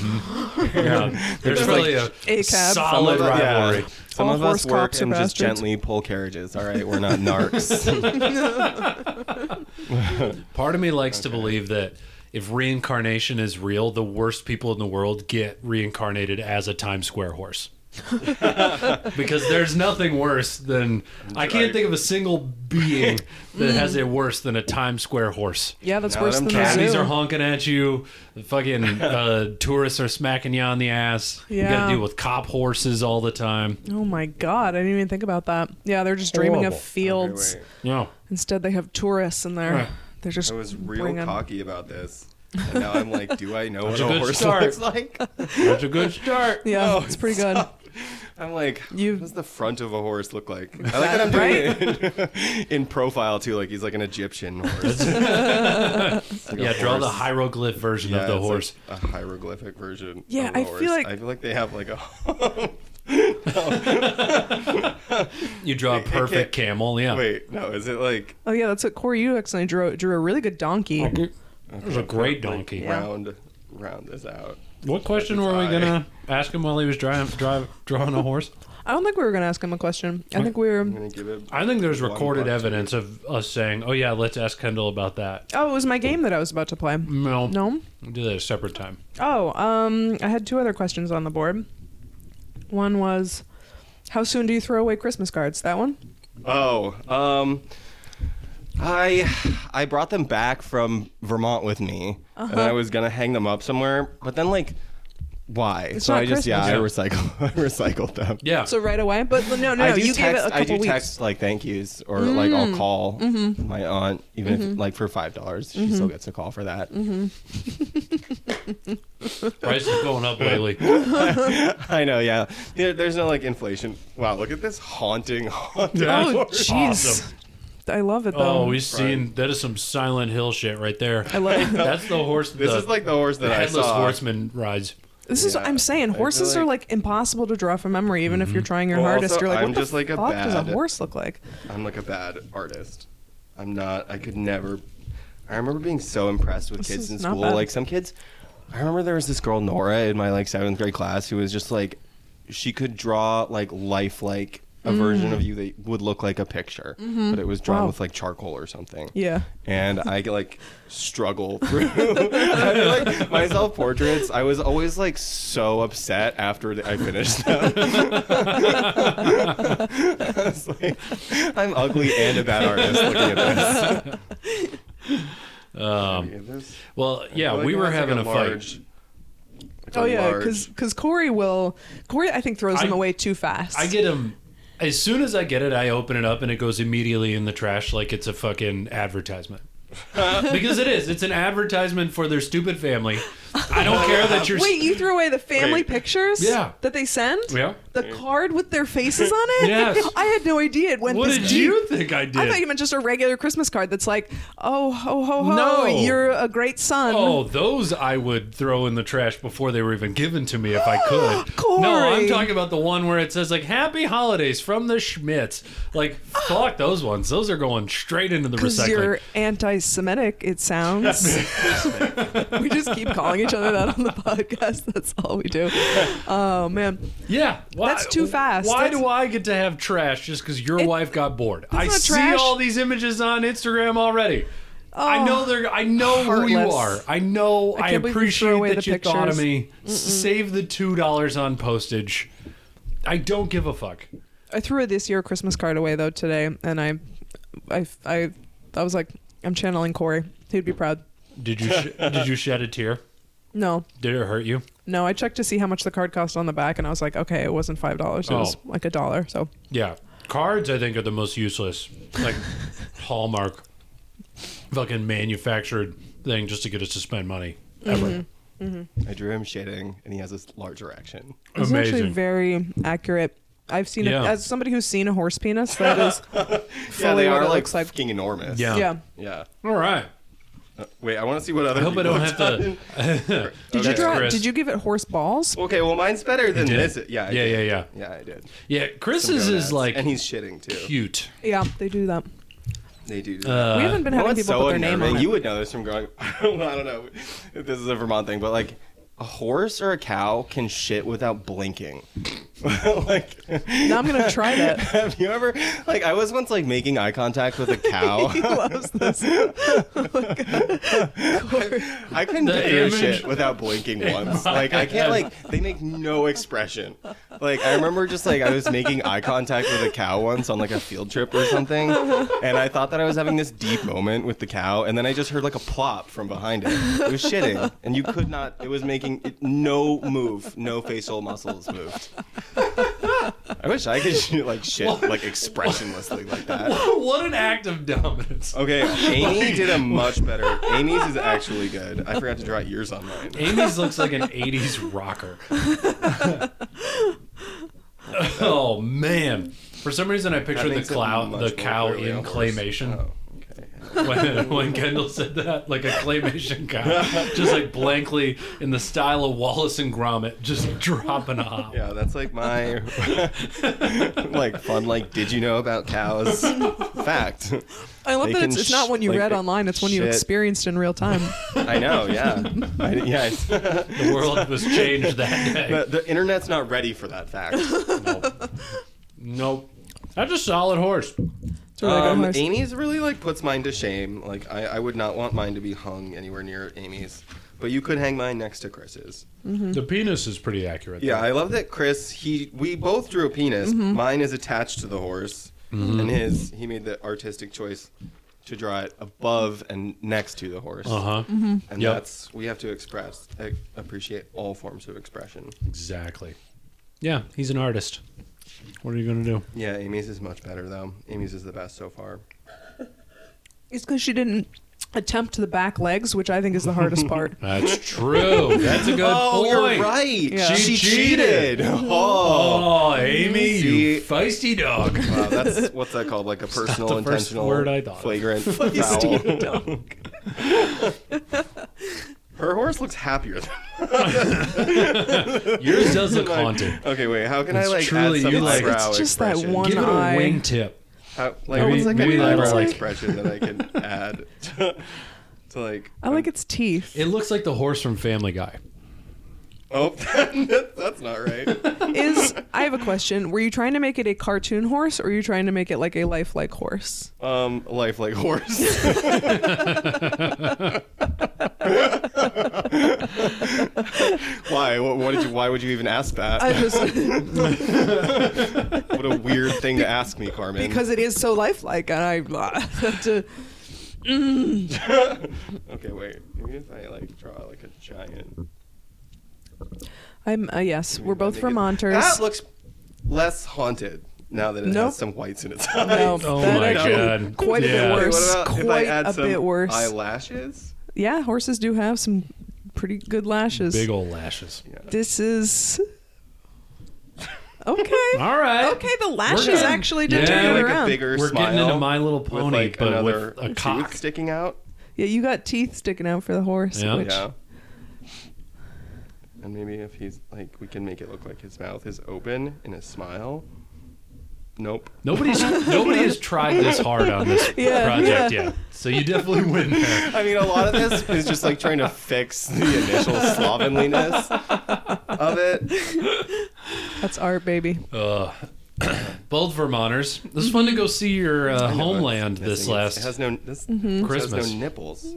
Yeah. There's really a, A cab. solid Some of us- yeah. rivalry. Some All of us horse work cops are and just bastards. gently pull carriages. All right, we're not narcs. Part of me likes to believe that if reincarnation is real, the worst people in the world get reincarnated as a Times Square horse. because there's nothing worse than I can't think of a single being Mm. that has it worse than a Times Square horse. Yeah, that's No, worse them than the Caddies zoo. are honking at you. The fucking uh, tourists are smacking you on the ass. You got Yeah. to deal with cop horses all the time. oh my god! I didn't even think about that. Yeah, they're just dreaming Horrible. of fields. Wait, wait. Yeah. Instead, they have tourists in there. Right. They're just. I was real bringing- cocky about this, and now I'm like, do I know what That's a a good horse start. looks like? That's a good start. Yeah, No, it's pretty good. I'm like, You- what does the front of a horse look like? I like that I'm doing it in profile too. Like he's like an Egyptian horse. It's like a Yeah, draw the horse. hieroglyph version Yeah, of the it's like horse. a hieroglyphic version. Yeah, of a I horse. feel like- I feel like they have like a. You draw a perfect camel. Yeah. Wait, no, is it like Oh yeah, that's what Corey Uex and I drew. Drew a really good donkey. It was a great donkey. Yeah. round? Round this out. What question were we Eye. gonna ask him while he was driving, drive, drawing a horse? I don't think we were gonna ask him a question. I think we were. I'm gonna give it. I think there's one recorded question. evidence of us saying, "Oh yeah, let's ask Kendall about that." Oh, it was my game that I was about to play. No, No. We'll do that at a separate time. Oh, um, I had two other questions on the board. One was, how soon do you throw away Christmas cards? That one. Oh, um, I I brought them back from Vermont with me, and Uh-huh. I was gonna hang them up somewhere, but then like, why? It's so not I just yeah, I Christmas. recycle I recycled them. Yeah. So right away, but no, no, no. I do you text, gave it a I couple do weeks. Mm-hmm. text like thank yous or like I'll call my aunt even if like for five dollars Mm-hmm. she still gets a call for that. price is going up lately. I know, yeah. There, there's no like inflation. Wow, look at this haunting, haunting. Yeah. Oh That's jeez, awesome. I love it though. Oh, we've seen that is some Silent Hill shit right there. I love it. That's the horse. This the, is like the horse that the I headless saw. horseman rides. This is what Yeah, I'm saying. I feel Horses are like- Mm-hmm. like impossible to draw from memory, even if you're trying your Well, hardest. also, you're like, I'm what the just, like, a fuck does a bad- horse look like? I'm like a bad artist. I'm not. I could never. I remember being so impressed with This kids is in not school. bad. Like some kids. I remember there was this girl Nora in my like seventh grade class who was just like, she could draw like lifelike a version of you that would look like a picture, but it was drawn Mm. Mm-hmm. Wow. with like charcoal or something. Yeah. and I like struggle through I feel like my self portraits. I was always like so upset after I finished them. I was like, I'm ugly and a bad artist looking at Um, this. well, yeah, we were having a, fight. Oh yeah, because Corey will Corey I think throws I- them away too fast. I get him. As soon as I get it, I open it up and it goes immediately in the trash like it's a fucking advertisement. because it is. It's an advertisement for their stupid family. I don't care that you're. Wait, you threw away the family Wait. pictures Yeah. that they send? Yeah. The card with their faces on it? Yes. I had no idea it went What this did deep. you think I did? I thought you meant just a regular Christmas card that's like, oh, ho, ho, ho, No. you're a great son. Oh, those I would throw in the trash before they were even given to me if I could. Corey. No, I'm talking about the one where it says like "Happy Holidays from the Schmitz." Like, fuck those ones. Those are going straight into the Because recycling. you're anti-Semitic, it sounds. we just keep calling each other that on the podcast. That's all we do. Oh man, Yeah, why, That's too fast. Why That's- do I get to have trash just because your wife got bored? I not see trash. Oh, all these images on Instagram already. I know they're. I know who you heartless. are. I know. I, can't believe you threw appreciate away that the you thought of pictures. me. S- Save the two dollars on postage. I don't give a fuck. I threw this year Christmas card away though today, and I, I, I, I was like, I'm channeling Corey. He'd be proud. Did you sh- did you shed a tear? No, Did it hurt you? no. I checked to see how much the card cost on the back, and I was like, okay, it wasn't five dollars. It was Oh. like a dollar. So Yeah. Cards, I think, are the most useless. Like Hallmark, fucking manufactured thing just to get us to spend money. Ever. I drew him shitting, and he has this large erection. it's actually Amazing. very accurate. I've seen Yeah. it as somebody who's seen a horse penis. That is fully yeah, they what are it like looks like. fucking enormous. Yeah. yeah. Yeah. All right. Uh, wait, I want to see what other. I hope I people don't have have to. Did you Okay. draw? Chris. Did you give it horse balls? done. Okay, well, mine's better than did this. it. Yeah, I Yeah, did. yeah, yeah. I did. Yeah, Chris's Some is gonads. like and he's shitting too. cute. Yeah, they do that. They do. do Uh, that. we haven't been Well, having it's people so put their name on unnerving. it. You would know this from going. well, I don't know. If this is a Vermont thing, but like a horse or a cow can shit without blinking. like, now I'm gonna try that. have you ever? Like, I was once like making eye contact with a cow. He loves this. I couldn't The do image- shit without blinking once. Like I can't like they make no expression. Like I remember just like I was making eye contact with a cow once on like a field trip or something, and I thought that I was having this deep moment with the cow, and then I just heard like a plop from behind it. It was shitting, and you could not. It was making it, no move, no facial muscles moved. I wish I could shoot like shit like expressionlessly like that. what an act of dominance. Okay, Amy did a much better. Amy's is actually good. I forgot to draw yours on mine. Amy's looks like an 80s rocker. oh, man. For some reason, I pictured the, makes it clown, much the more cow clearly in a horse. claymation. Oh, okay. when, when Kendall said that, like a claymation guy, just like blankly in the style of Wallace and Gromit, just dropping a hop. Yeah, that's like my like fun. Like, did you know about cows? Fact. I love They that can it's, it's not sh- one you like, read they- online; it's one you shit. experienced in real time. I know. Yeah. I, yeah. it's- the, The world was changed that day. the internet's not ready for that fact. Nope. nope. That's a solid horse. It's a really good Um, horse. Amy's really like puts mine to shame. Like, I, I would not want mine to be hung anywhere near Amy's. But you could hang mine next to Chris's. The penis is pretty accurate. Yeah, though. I love that Chris. He we both drew a penis. Mine is attached to the horse, and his he made the artistic choice to draw it above and next to the horse. Uh-huh. And Yep. that's we have to express uh, appreciate all forms of expression. Exactly. Yeah, he's an artist. What are you gonna do? Yeah, Amy's is much better though. Amy's is the best so far. It's because she didn't attempt the back legs, which I think is the hardest part. That's true. That's a good oh, point. you're right. Yeah. She, She cheated. Oh. Oh, Amy, you See? feisty dog. Wow, that's what's that called? Like a personal, the first intentional, word I thought of. flagrant Feisty foul. Her horse looks happier than Yours does look haunted. Okay, wait. How can It's I like truly add some you, like- eyebrow It's just that expression? one- Give it a eye. wingtip. How, like, Maybe- what's like maybe an that's eyebrow like- expression that I can add to, to, like? I like its teeth. It looks like the horse from Family Guy. Oh, that's not right. Is I have a question. Were you trying to make it a cartoon horse, or are you trying to make it like a lifelike horse? Um, life like horse. why? What, what did you? Why would you even ask that? I just what a weird thing to ask me, Carmen. because it is so lifelike, and I have to. okay, wait. Maybe if I like draw like a giant. I'm uh, yes. We're both Make it- Vermonters. That looks less haunted. now that it Nope. has some whites in its No, eyes. Oh that my actually God. Quite a Yeah. Wait, bit What worse. about if I quite add a some bit worse. Eyelashes? yeah, horses do have some pretty good lashes. Big old lashes. This is okay. All right. Okay, the lashes good. actually did Yeah. turn it Like a around. bigger We're smile getting into My Little Pony, with like but another with a tooth cock. sticking out. yeah, you got teeth sticking out for the horse. Yeah. Which, Yeah. And maybe if he's like, we can make it look like his mouth is open in a smile. Nope. Nobody's nobody has tried this hard on this Yeah, project yeah. yet. So you definitely win there. I mean, a lot of this is just like trying to fix the initial slovenliness of it. That's art, baby. Uh, both Vermonters. It was fun to go see your uh, I know it's homeland this missing. It last has no this Christmas. Has no nipples.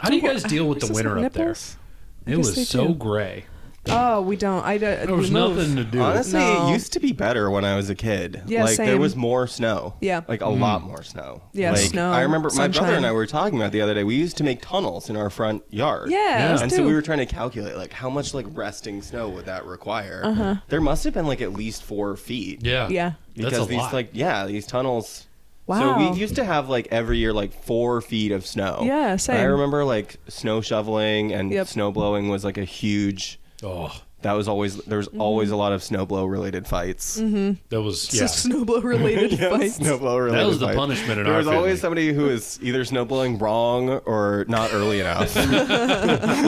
How do you guys deal with the Is this winter like up there? nipples? It guess they was so do. gray. Oh, we don't. I don't. There was we move. nothing to do. Honestly, No. it used to be better when I was a kid. Yeah, like there same. was more snow. Yeah. like a Mm. lot more snow. Yeah, like, snow, I remember my brother sunshine. and I were talking about it the other day. We used to make tunnels in our front yard. Yeah, Yeah. us and so we too. were trying to calculate like how much like resting snow would that require. Uh-huh. There must have been like at least four feet. yeah. Yeah. That's because a these lot. like yeah these tunnels. Wow. So we used to have like every year like four feet of snow. Yeah, And I same. remember like snow shoveling and Yep. snow blowing was like a huge. Oh, That was always there was always a lot of snowblow related fights. Mm-hmm. that was yeah. It's a snowblow related fights. Snowblow related. That was the fights. punishment in There our was always family. somebody who was either snowblowing wrong or not early enough. that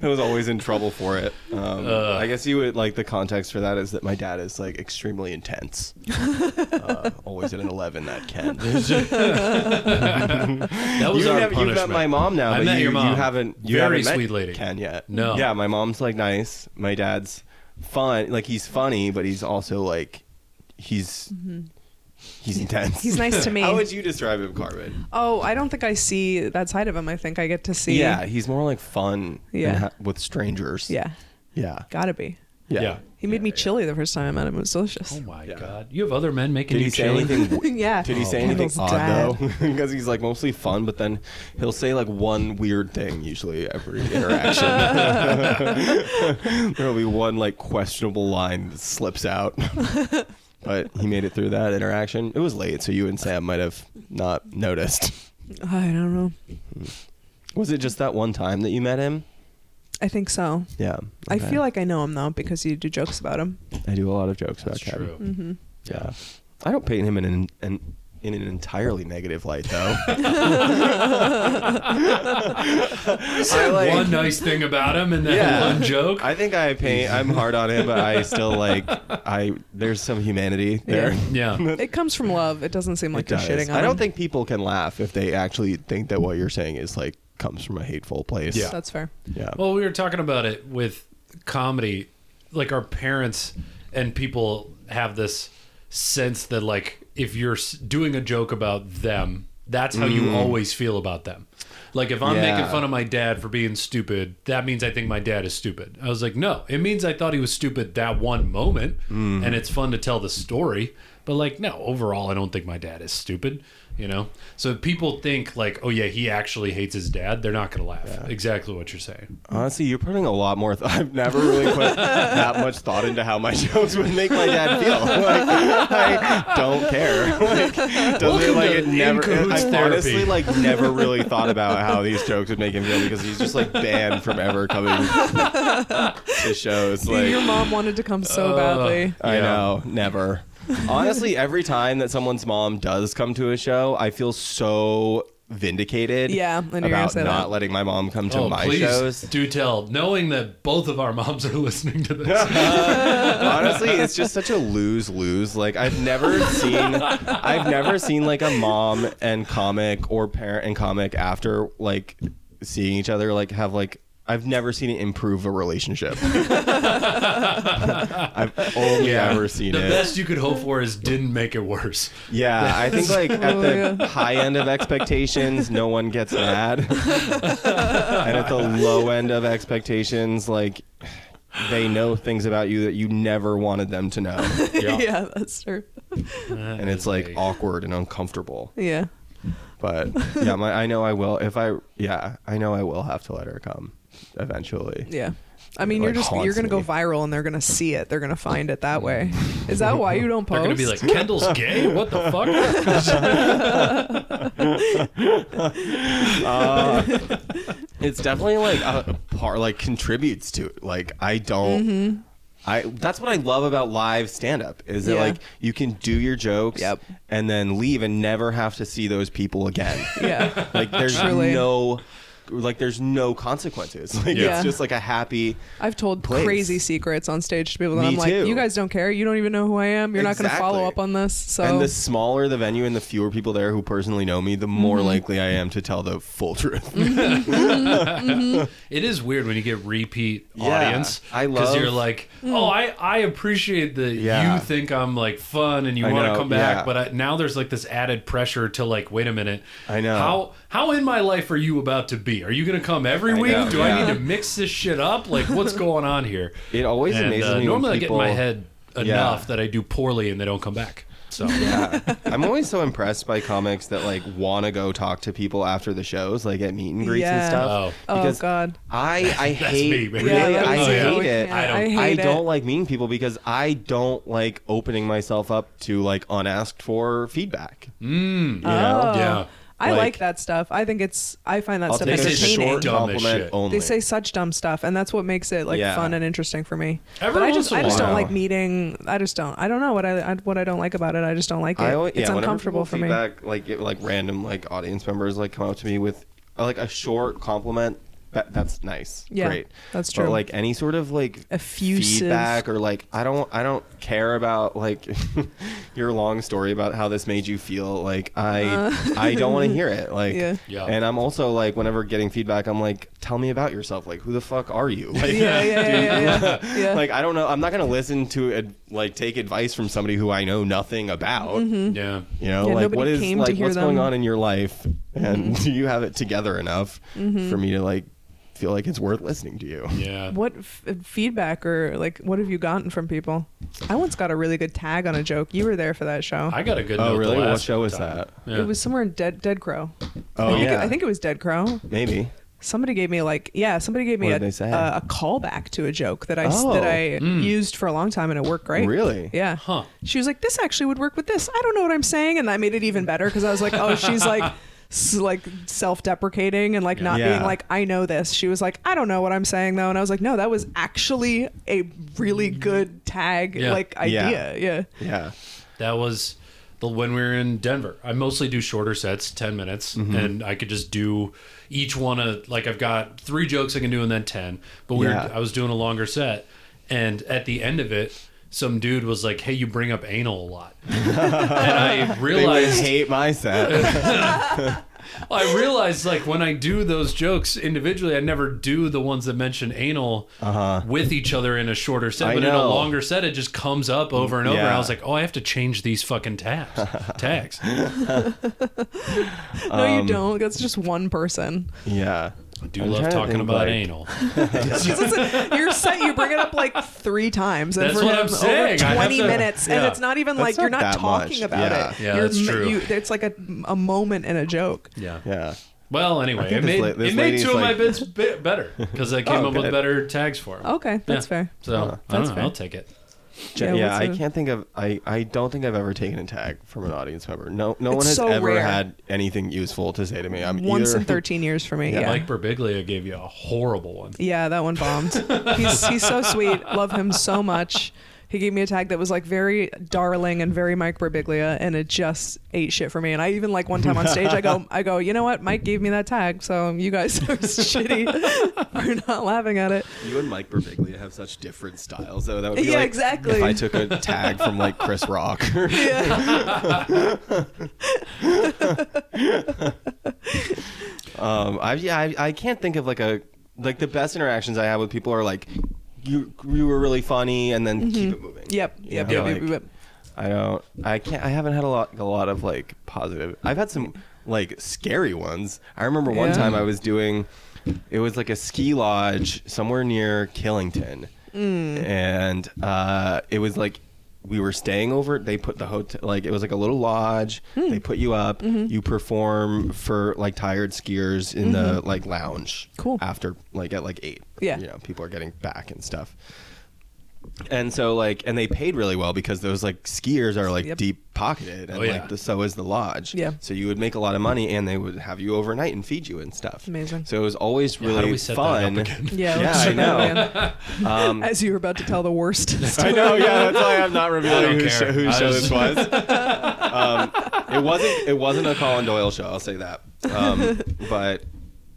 was always in trouble for it. Um, Uh. I guess you would like the context for that is that my dad is like extremely intense. uh, always at an eleven that Ken. That was you our have, punishment. met my mom now, I but met you, your mom. you haven't. You Very haven't met sweet lady. Ken yet. No. Yeah, my mom's like nice. My dad's fun. Like he's funny, but he's also like he's he's intense. Mm-hmm. He's nice to me. How would you describe him, Carmen? oh, I don't think I see that side of him. I think I get to see. Yeah, he's more like fun. and Yeah. ha- with strangers. Yeah. yeah, Gotta be. yeah. Yeah. He made me chili the first time I met him. It was delicious. Oh my Yeah. god! You have other men making Did you he say chili? anything? yeah. Oh, Did he say anything Kendall's dad. odd though? Because he's like mostly fun, but then he'll say like one weird thing usually every interaction. There'll be one like questionable line that slips out. but he made it through that interaction. It was late, so you and Sam might have not noticed. I don't know. Was it just that one time that you met him? I think so. Yeah. I feel like I know him though because you do jokes about him. I do a lot of jokes That's about Kevin. true. Yeah. I don't paint him in an, an in an entirely negative light though. I like- One nice thing about him, and that Yeah. one joke. I think I paint. I'm hard on him, but I still like. I there's some humanity there. Yeah. yeah. It comes from love. It doesn't seem like It you're does. shitting on I don't him. think people can laugh if they actually think that what you're saying is like comes from a hateful place. Yeah. that's fair. Yeah. Well, we were talking about it with comedy. Like our parents and people have this sense that like if you're s- doing a joke about them, that's how you always feel about them. Like if I'm Mm. Yeah. making fun of my dad for being stupid, that means I think my dad is stupid. I was like, no, it means I thought he was stupid that one moment, Mm. and it's fun to tell the story. But like, no, overall, I don't think my dad is stupid. You know, so if people think like, oh yeah, he actually hates his dad, they're not gonna laugh. Exactly what you're saying. Honestly, you're putting a lot more. Th- I've never really put that much thought into how my jokes would make my dad feel. Like, I don't care. Like, doesn't Welcome it, like to it In never. Cahoots I Therapy. honestly like never really thought about how these jokes would make him feel because he's just like banned from ever coming to shows. Like Uh, Your mom wanted to come so badly. I Yeah. know, never. Honestly, every time that someone's mom does come to a show, I feel so vindicated. Yeah, I knew you were gonna about say not that. letting my mom come to oh, my please shows. do tell. Knowing that both of our moms are listening to this, Honestly, it's just such a lose lose. Like I've never seen, I've never seen like a mom and comic or parent and comic after like seeing each other like have like. I've never seen it improve a relationship. I've only ever the seen it. best you could hope for is didn't make it worse. Yeah, I think like at Oh, the high end of expectations, no one gets mad, and at the low end of expectations, like they know things about you that you never wanted them to know, Yeah. yeah, that's true. and it's like awkward and uncomfortable. Yeah. But yeah, my, I know I will if I yeah I know I will have to let her come eventually. Yeah. I mean, It, you're like, just you're haunts gonna go me. viral, and they're gonna see it. They're gonna find it that way. Is that why you don't They're post? gonna be like, Kendall's gay. What the fuck? it's definitely like a part like contributes to it like i don't i that's what i love about live stand-up is that Mm-hmm. Yeah. like you can do your jokes Yep. and then leave and never have to see those people again yeah, like there's Truly. no like there's no consequences like Yeah. it's just like a happy I've told Please. crazy secrets on stage to people that Me I'm like, too. you guys don't care. You don't even know who I am. You're not gonna follow Exactly. up on this. So and the smaller the venue and the fewer people there who personally know me the more Mm-hmm. likely i am to tell the full truth it is weird when you get repeat Yeah, audience. I because love- you're like, oh, I I appreciate that Yeah. you think I'm like fun and you I want to know, come back, yeah. but I, now there's like this added pressure to like, wait a minute, I know. how how in my life are you about to be? Are you gonna come every week? know, Do yeah. I need to mix this shit up? Like, what's going on here? It always And, amazes uh, me when Normally, people- I get in my head Yeah. enough that I do poorly and they don't come back. So Yeah. I'm always so impressed by comics that like want to go talk to people after the shows, like at meet and greets Yeah. and stuff. Oh. Oh, Because God. I I That's hate me, man. really Yeah, that I was me. hate Oh, it. yeah. I don't- I, hate I it. don't like meeting people because I don't like opening myself up to like unasked for feedback. Mm. You know, Oh. Yeah. I like, Like- that stuff. I think it's. I find that I'll stuff take a They say entertaining. short Dumb as compliment shit. only. They say such dumb stuff, and that's what makes it like Yeah. fun and interesting for me. Every but I once just, in a I just don't while. like meeting. I just don't. I don't know what I, I what I don't like about it. I just don't like it. I always, it's yeah, whenever uncomfortable for people me. feedback, Like it- like random like audience members like come up to me with uh, like a short compliment. That, that's nice. Yeah, Great. that's But true. like any sort of like Effusive. feedback or like I don't I don't care about like your long story about how this made you feel. Like I I don't want to hear it. Like Uh. Yeah. Yeah. And I'm also like whenever getting feedback, I'm like, tell me about yourself. Like who the fuck are you? Like, Yeah, yeah, yeah, yeah, yeah. yeah. Like I don't know. I'm not gonna listen to ad- like take advice from somebody who I know nothing about. Mm-hmm. Yeah. You know, Yeah, like nobody what is came to like hear what's going them. on in your life, and do you have it together enough Mm-hmm. for me to like feel like it's worth listening to you? Yeah. what f- feedback or like what have you gotten from people? I once got a really good tag on a joke. You were there for that show. I got a good. Oh, note really? The What last show was time. that? Yeah. It was somewhere in Dead Dead Crow. Oh, I think yeah. It, I think it was Dead Crow. Maybe. Somebody gave me like yeah, somebody gave me What a, did they say? a, a callback to a joke that I s- Oh. that I used for a long time and it worked great. Really? Yeah. mm. Huh. She was like, "This actually would work with this." I don't know what I'm saying, and that made it even better because I was like, "Oh, she's like." s- like self-deprecating and like not Yeah. being like I know this. She was like I don't know what I'm saying though, and I was like, no, that was actually a really good tag Mm. Yeah. like Yeah. idea. Yeah, Yeah. That was the when we were in Denver. I mostly do shorter sets, ten minutes, Mm-hmm. and I could just do each one of like I've got three jokes I can do and then ten. But we Yeah. were, I was doing a longer set, and at the end of it, some dude was like, "Hey, you bring up anal a lot," and I They would realized hate my set. I realized like when I do those jokes individually, I never do the ones that mention anal with each other in a shorter set. Uh-huh. I but in a know. longer set, it just comes up over and over. And Yeah. I was like, oh, I have to change these fucking tabs, tags. no, Um, you don't. That's just one person. yeah. Do I'm love trying to talking think, about like- anal. Your set, you bring it up like three times, and That's for what him, I'm saying. I over have twenty to- minutes, and yeah. it's not even That's like you're not not that talking much. about Yeah. it. Yeah, You're- that's true. it's like a, a moment in a joke. Yeah. Yeah. Well, anyway, think it this made, la- this it made lady's two of my like- bits bi- better because I came Oh, up good. with better tags for them. Okay, Oh, that's Yeah. fair. So I That's don't know. fair. I'll take it. Yeah, Yeah, what's I a- can't think of I, I don't think I've ever taken a tag from an audience member. No no It's one has so ever rare. had anything useful to say to me. I'm Once either in thirteen years for me. Yeah. Yeah. Mike Berbiglia gave you a horrible one. Yeah, that one bombed. he's he's so sweet. Love him so much. He gave me a tag that was like very darling and very Mike Birbiglia, and it just ate shit for me. And I even like one time on stage, I go, I go, you know what? Mike gave me that tag, so you guys are shitty for not laughing at it. You and Mike Birbiglia have such different styles, though. That would be Yeah, like exactly. If I took a tag from like Chris Rock, um, I yeah, I, I can't think of like a like the best interactions I have with people are like you you were really funny, and then Mm-hmm. keep it moving. Yep, You yep, know, yep, like, yep, yep. I don't. I can't. I haven't had a lot. A lot of like positive. I've had some like scary ones. I remember one Yeah. time I was doing. It was like a ski lodge somewhere near Killington, Mm. and uh, it was like we were staying over. They put the hotel like it was like a little lodge. Hmm. They put you up. Mm-hmm. You perform for like tired skiers in the like lounge. Mm-hmm. Cool. After like at like eight or Yeah. you know, people are getting back and stuff. And so like, and they paid really well because those like skiers are like Yep. deep pocketed, and Oh, yeah. like the, so is the lodge. Yeah. So you would make a lot of money, and they would have you overnight and feed you and stuff. Amazing. So it was always really how do we set that up fun. again? Yeah, Yeah, I know. Um, As you were about to tell the worst. I know. Yeah, that's why I'm not I don't revealing who care. show, I whose show just- this was. um, it wasn't. It wasn't a Colin Doyle show. I'll say that. Um, but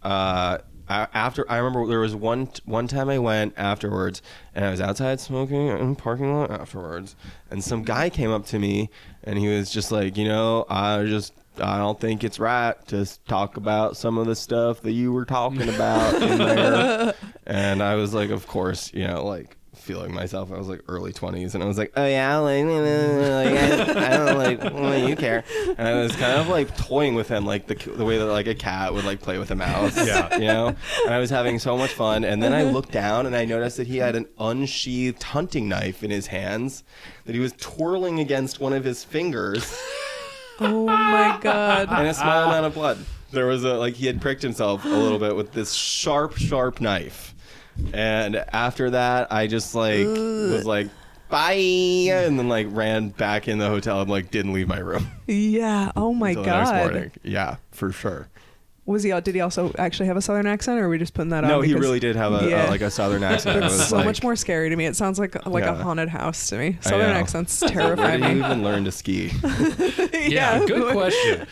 uh, I, after I remember there was one one time I went afterwards, and I was outside smoking in the parking lot afterwards, and some guy came up to me, and he was just like, you know, I just. I don't think it's right to s- talk about some of the stuff that you were talking about in there. And I was like, of course, you know, like feeling myself. I was like early 20s and I was like, oh yeah, like, eh, eh, eh, like, I, I don't like, well, you care. And I was kind of like toying with him, like the, the way that like a cat would like play with a mouse. Yeah. You know? And I was having so much fun. And then I looked down and I noticed that he had an unsheathed hunting knife in his hands that he was twirling against one of his fingers oh my god. and a small amount of blood. There was a like he had pricked himself a little bit with this sharp, sharp knife. And after that, I just like was like bye, and then like ran back in the hotel and like didn't leave my room Yeah. Oh my until the next god. morning. Yeah, for sure. Was he? Did he also actually have a southern accent, or are we just putting that on? no, he because really did have a, Yeah. a like a southern accent. It was, That's so like, much more scary to me. It sounds like like a Yeah. haunted house to me. Southern know. accents Where terrify did you me. even learn to ski? Yeah, good question.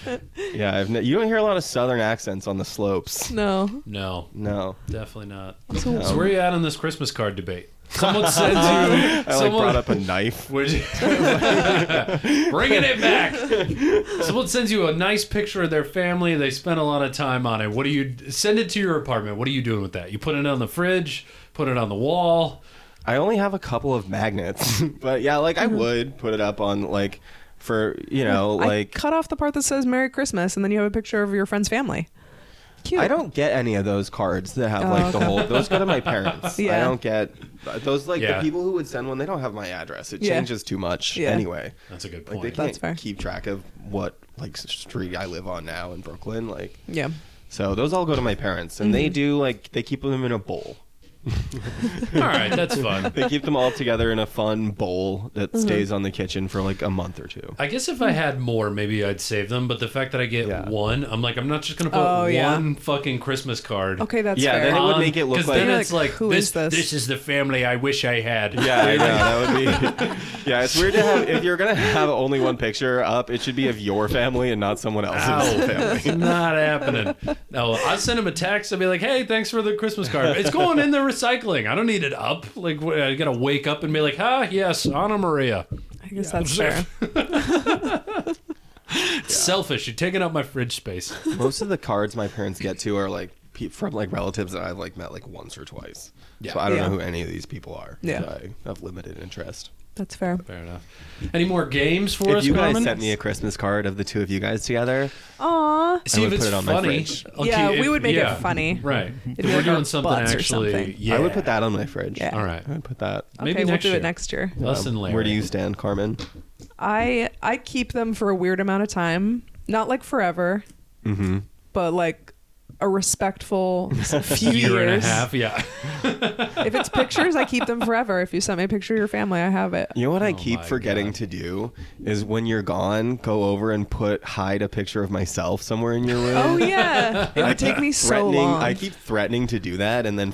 Yeah, I've ne- you don't hear a lot of southern accents on the slopes. No. No, No, definitely not. So- So where are you at on this Christmas card debate? Someone sends you. I like someone, brought up a knife. Would you- bringing it back. Someone sends you a nice picture of their family. They spent a lot of time on it. What do you send it to your apartment? What are you doing with that? You put it on the fridge. Put it on the wall. I only have a couple of magnets, but yeah, like I would put it up on like for you know Mm-hmm. I like cut off the part that says Merry Christmas, and then you have a picture of your friend's family. Cute. I don't get any of those cards that have Oh, like the okay. whole. Those go to my parents. I Yeah. don't get those like Yeah. the people who would send one. They don't have my address. It Yeah. changes too much Yeah. anyway. That's a good Like point. they That's fair. can't keep track of what like street I live on now in Brooklyn. Like Yeah. so, those all go to my parents, and Mm-hmm. they do like they keep them in a bowl. All right, that's fun. They keep them all together in a fun bowl that Mm-hmm. stays on the kitchen for like a month or two. I guess if I had more, maybe I'd save them. But the fact that I get Yeah. one, I'm like, I'm not just gonna put Oh, one yeah. fucking Christmas card. Okay, that's Yeah, fair. then it would on- make it look 'cause like- then You're it's like, like who this, is this? This is the family I wish I had. Yeah, I know. That would be. Yeah, it's weird to have. If you're gonna have only one picture up, it should be of your family and not someone else's Ow. family. It's not happening. No, I send him a text. I'll be like, "Hey, thanks for the Christmas card. It's going in the recycling. I don't need it up. Like, wh- I gotta wake up and be like, ah, yes, Anna Maria. I guess that's fair. It's selfish. You're taking up my fridge space. Most of the cards my parents get to are like pe- from like relatives that I've like met like once or twice. Yeah. So I don't Yeah. know who any of these people are. Yeah. So I have limited interest. That's fair. Fair enough. Any more games for us, if you guys Carmen? sent me a Christmas card of the two of you guys together, Aw. See I if would it's put it on my funny. fridge. I'll Yeah, keep- we would make it yeah. funny. Right. If be we're like our doing something butts or actually, something. yeah. I would put that on my fridge. Yeah. All right. I would put that. Um, Okay, Maybe we'll next do year. it next year. Us and Larry. Where do you stand, Carmen? I I keep them for a weird amount of time, not like forever, Mm-hmm. but like a respectful few year years. and a half? Yeah. If it's pictures, I keep them forever. If you sent me a picture of your family, I have it. You know what I Oh keep my forgetting God. to do is when you're gone, go over and put hide a picture of myself somewhere in your room. Oh yeah, it I would take keep me so threatening- long. I keep threatening to do that and then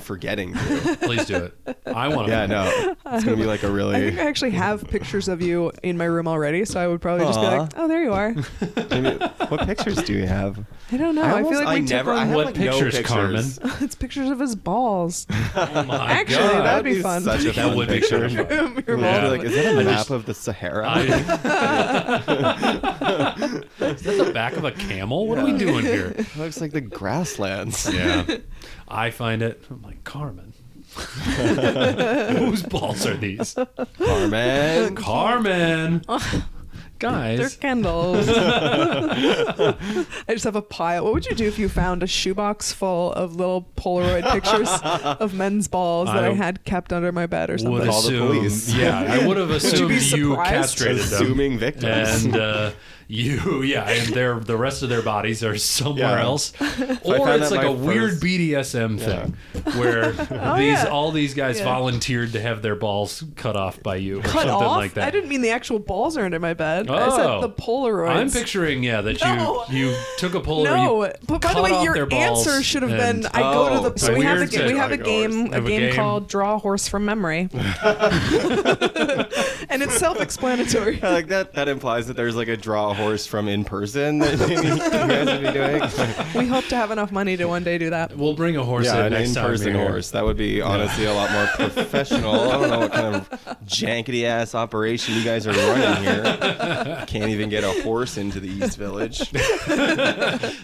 forgetting to. Please do it. I want to. yeah, no. It's going to be like a I think really I actually have pictures of you in my room already, so I would probably just be Aw. like, "Oh, there you are." Maybe- What pictures do you have? I don't know. I, almost- feel like we never took I on have What like pictures, no Carmen? pictures. it's pictures of his balls. Oh my Actually, God. that'd be fun. Such a That fun would be picture. kind of fun. Your You'd be Yeah. balls. like, is that a I map just- of the Sahara? I- Is that the back of a camel? What are we doing here? It looks like the grasslands. Yeah. I find it. I'm like, Carmen. Whose balls are these? Carmen. Carmen. They're guys. candles. I just have a pile. What would you do if you found a shoebox full of little Polaroid pictures of men's balls that I I had kept under my bed or Would something? Call the assume, police. yeah, I would have you assumed be you surprised? castrated them, Assuming victims. and uh, you, yeah, and their the rest of their bodies are somewhere Yeah. else, or found it's out like a my weird first- Oh, BDSM thing where these yeah. all these guys Yeah. volunteered to have their balls cut off by you or Cut something off? like that. I didn't mean the actual balls are under my bed. I said Oh. the Polaroids. I'm picturing, yeah, that No. you you took a Polaroid. no, you but by the cut way, off your their balls answer should have and- been. I go to Oh, the. So we have a weird game. We have a to- game. A Have a game game. called Draw Horse from Memory, and it's self-explanatory. I like that. That implies that there's like a draw horse from in person that you guys would be doing. We hope to have enough money to one day do that. We'll bring a horse Yeah, in an next time. in-person you're here. horse. That would be honestly a lot more professional. I don't know what kind of jankety ass operation you guys are running here. Can't even get a horse into the East Village.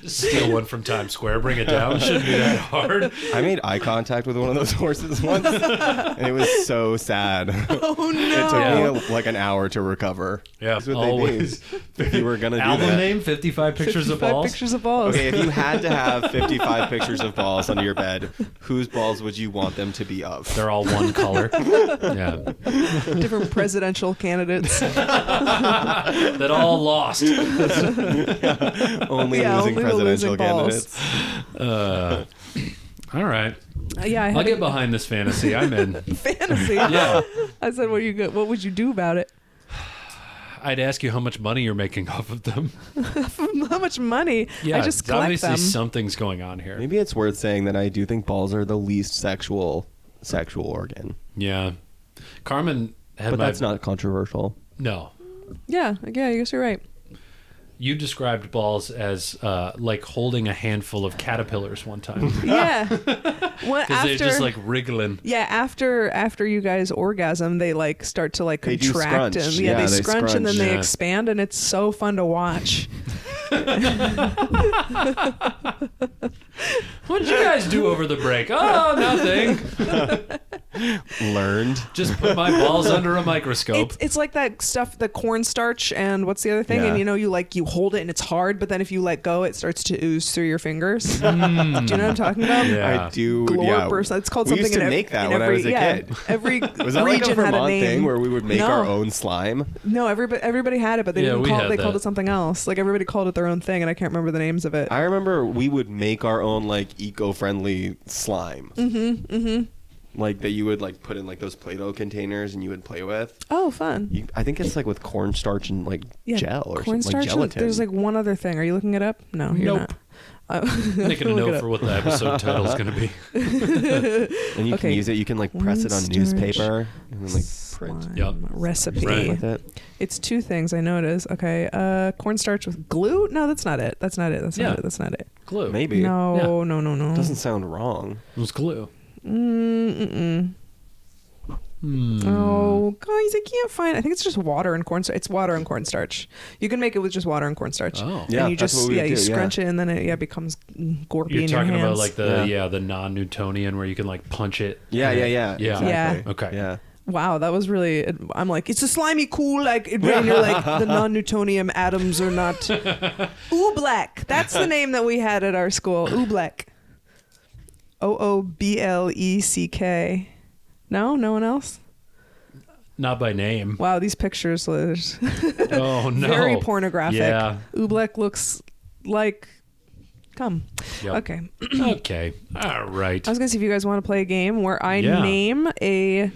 Steal one from Times Square, bring it down. Shouldn't be that hard. I made eye contact with one of those horses once, and it was so sad. Oh no! It took Yeah. me like an hour to recover. Yeah, That's what always. they do. If you were gonna do Album that. name: Fifty Five Pictures of 55 Balls. Pictures of balls. Okay, if you had to have 55 pictures of balls under your bed, whose balls would you want them to be of? They're all one color. yeah, Different presidential candidates. that all lost. only yeah, only losing the presidential losing candidates. balls. Uh, all right, Uh, yeah, I I'll had get behind this fantasy. I'm in. a fantasy. Yeah, I said, "What you go, What would you do about it? I'd ask you how much money you're making off of them. How much money? Yeah, I just it's collect obviously them." something's going on here. Maybe it's worth saying that I do think balls are the least sexual sexual organ, Yeah, Carmen had but my that's not controversial. no. yeah, yeah. I guess you're right. You described balls as uh, like holding a handful of caterpillars one time Yeah. what because after? they're just like wriggling. yeah, after after you guys orgasm, they like start to like They do contract scrunch. and yeah, Yeah, they, they scrunch and then scrunch. they Yeah. expand, and it's so fun to watch. What did you guys do over the break? Oh, nothing. Learned. Just put my balls under a microscope. It's, it's like that stuff, the cornstarch, and what's the other thing? Yeah. And you know, you like you hold it and it's hard, but then if you let go, it starts to ooze through your fingers. Hmm. Do you know what I'm talking about? Yeah. I do. Glorp yeah. or something. It's called we something. used to in ev- make that in when every, I was a yeah, kid. Every Was that like region a had a Vermont name. thing where we would make no, our own slime? No, everybody everybody had it, but they Yeah, didn't we call it, had they called that. it something else. Like everybody called it their own thing, and I can't remember the names of it. I remember we would make our own like eco-friendly slime. Mm-hmm. Mm-hmm. Like that you would like put in like those Play-Doh containers and you would play with. oh, fun. You, I think it's like with cornstarch and like Yeah, gel or something like cornstarch. and- gelatin. there's like one other thing. Are you looking it up? No, you're Nope. not. Uh, making a look it note up. for what the episode title is going to be. and you okay. can use it. You can like press it on Cornstarch. newspaper and then like print. Slime Yep. recipe. Right. with it. It's two things. I know it is. Okay. Uh, cornstarch with glue? No, that's not it. That's not it. That's Yeah. not it. That's not it. Glue. Maybe. No, no, no, no. Doesn't sound wrong. It was glue. Mm-mm. Mm. Oh, guys, I can't find. I think it's just water and cornstarch. It's water and cornstarch. You can make it with just water and cornstarch. Oh. Yeah, and you that's just what we yeah, would you do, yeah. scrunch it and then it yeah becomes gorpy You're in your talking hands. about like the Yeah. yeah, the non-Newtonian where you can like punch it. Yeah, yeah, yeah. Yeah. exactly. Okay. Yeah. wow, that was really. I'm like, it's a slimy cool like. It, and you're like the non-Newtonium atoms are not. Oobleck. That's the name that we had at our school. Oobleck. O o b l e c k. No, no one else. Not by name. Wow, these pictures. Liz. Oh no. very pornographic. Yeah. Oobleck looks like come. Yep. Okay. Okay. All right. I was gonna see if you guys want to play a game where I Yeah. name a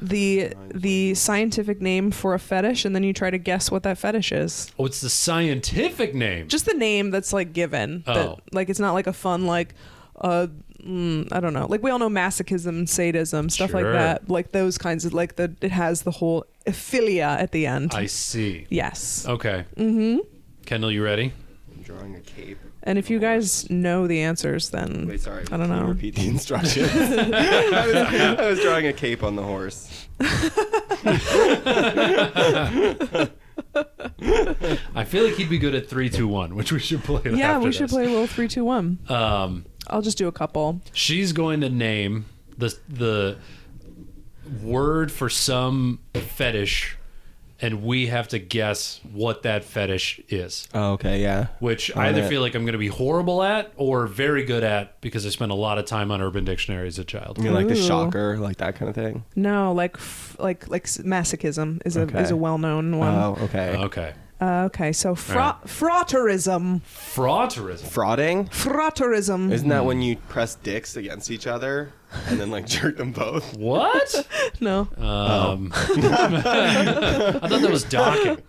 the the scientific name for a fetish and then you try to guess what that fetish is. Oh, it's the scientific name. Just the name that's like given. Oh. That, like it's not like a fun like uh mm, I don't know. Like we all know masochism, sadism, stuff like Sure. that. Like those kinds of like the it has the whole philia at the end. I see. yes. Okay. Mm-hmm. Kendall, you ready? I'm drawing a cape. And if you guys know the answers, then Wait, sorry. I don't can you know. Repeat the instructions. I, was, I was drawing a cape on the horse. I feel like he'd be good at three, two, one, which we should play. Yeah, after we should this. play roll three, two, one. Um, I'll just do a couple. she's going to name the the word for some fetish and we have to guess what that fetish is, Oh, okay, yeah. which I I either want it. feel like I'm going to be horrible at or very good at because I spent a lot of time on Urban Dictionary as a child. You mean like the Ooh. shocker, like that kind of thing? No, like f- like like s- masochism is a Okay. is a well known one. Oh, okay. Okay. Uh, okay, so fra- Alright. frauterism, Frauterism. Frauding? frauterism. Isn't that Hmm. when you press dicks against each other and then like jerk them both? What? no, Um, I thought that was docking.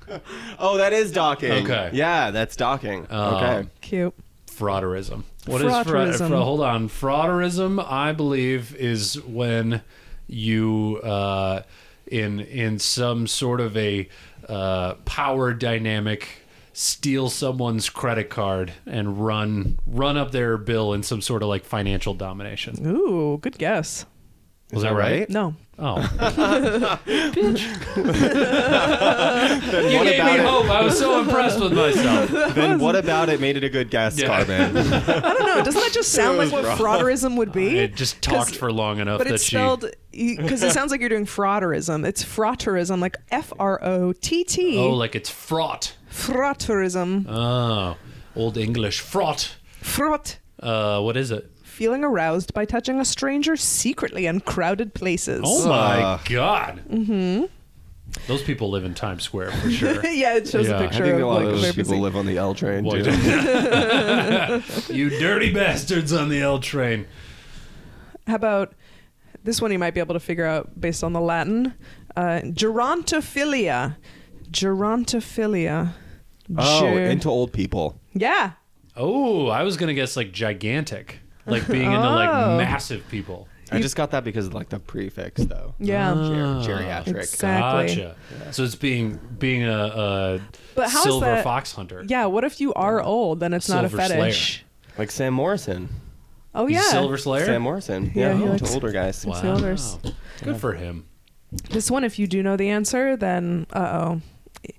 Oh, that is docking. Okay. Um, Yeah, that's docking. okay. cute. Frauderism. What is Frauderism. fraud? Fra- hold on. Frauderism, I believe, is when you uh, in in some sort of a uh, power dynamic steal someone's credit card and run run up their bill in some sort of like financial domination. Ooh, good guess. Was that that right? No, Oh, Then you what gave me about it? hope. I was so impressed with myself. Then what about it made it a good guess, Yeah. Carmen? I don't know. Doesn't that just sound like was what frauderism would be? It just talked for long enough but that it's spelled because it sounds like you're doing frauderism. It's frauterism, like F R O T she. Oh, T. like it's fraught. Frauterism, Oh, old English fraught. fraut. Uh, what is it? Feeling aroused by touching a stranger secretly in crowded places. Oh my Uh, god. Mm-hmm. Those people live in Times Square for sure. yeah, it shows Yeah, a I picture I think a of lot like of their those people physique. live on the L train Well, too. you dirty bastards on the L train. How about this one? You might be able to figure out based on the Latin. Uh, gerontophilia. Gerontophilia. Oh, Ger- into old people. yeah. Oh, I was gonna guess like gigantic, like being into like Oh. massive people. I just got that because of like the prefix though. Yeah. Ger- Ah. geriatric. Exact- Exactly. Gotcha. So it's being being a, a But how is silver that- fox hunter. Yeah. What if you are old? Then it's not a Silver Slayer. fetish. Like Sam Morrison. Oh He's yeah. Silver Slayer. Oh, Sam Morrison. Yeah, Yeah, he into likes- older guys. Wow. Sailors. Good for him. This one, if you do know the answer, then uh oh,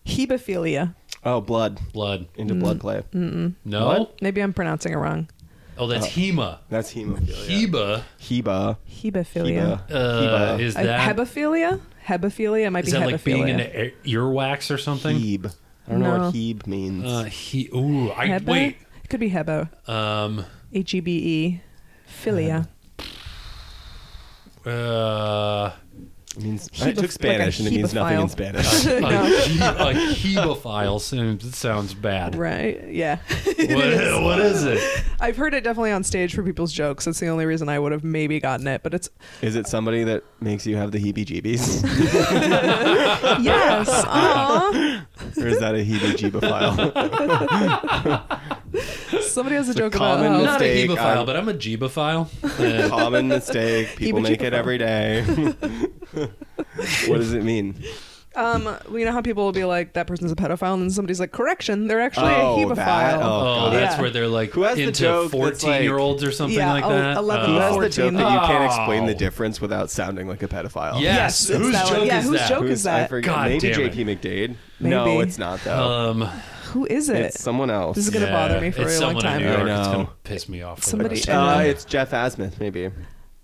hebephilia. Oh, blood. Blood. Into Mm. blood play. No. What? Maybe I'm pronouncing it wrong. Oh, that's Hema. That's hemophilia. Heba Heba. Hebephilia. Heba. uh, is Uh, that hebephilia? Hebephilia it might is be that hebephilia. like being into e- earwax or something? Hebe. I don't know No. what Hebe means. Uh, he. Ooh, I Hebe? wait. It could be hebo. Um. H e b e philia. Uh. it means Hebe- I took Spanish like a and it means nothing in Hebephile. Spanish. A, he, a hebophile sounds, sounds bad. Right? Yeah. What, what is it? I've heard it definitely on stage for people's jokes. That's the only reason I would have maybe gotten it. But it's Is it somebody that makes you have the heebie-jeebies, yes. Aw. or is that a heebie-jeebophile? Somebody has a joke about common how- I'm not a Mistake, hebophile, I'm- but I'm a jebophile. Uh, Common mistake. People make Heebie-jeebophile. it every day. what does it mean? Um, you know how people will be like, "That person's a pedophile," and then somebody's like, "Correction, they're actually Oh, a hebephile." that- oh, oh, God. that's Yeah. where they're like Who has the into joke that's 14 year olds or something Yeah, like oh, that. 11 Uh, to That's the 14. joke that you can't Oh. explain the difference without sounding like a pedophile. Yes. Yes, it's Whose that one. joke Yeah, is whose that? joke- is that? I forget. God Maybe damn it. J.P. McDade. No, Maybe. it's not though. Um, Who is it? it's someone else. This is gonna yeah, bother me for it's a long someone time. In New York. I It's know. gonna piss me off. For Somebody- the rest of Uh, my life. it's Jeff Asmuth, maybe.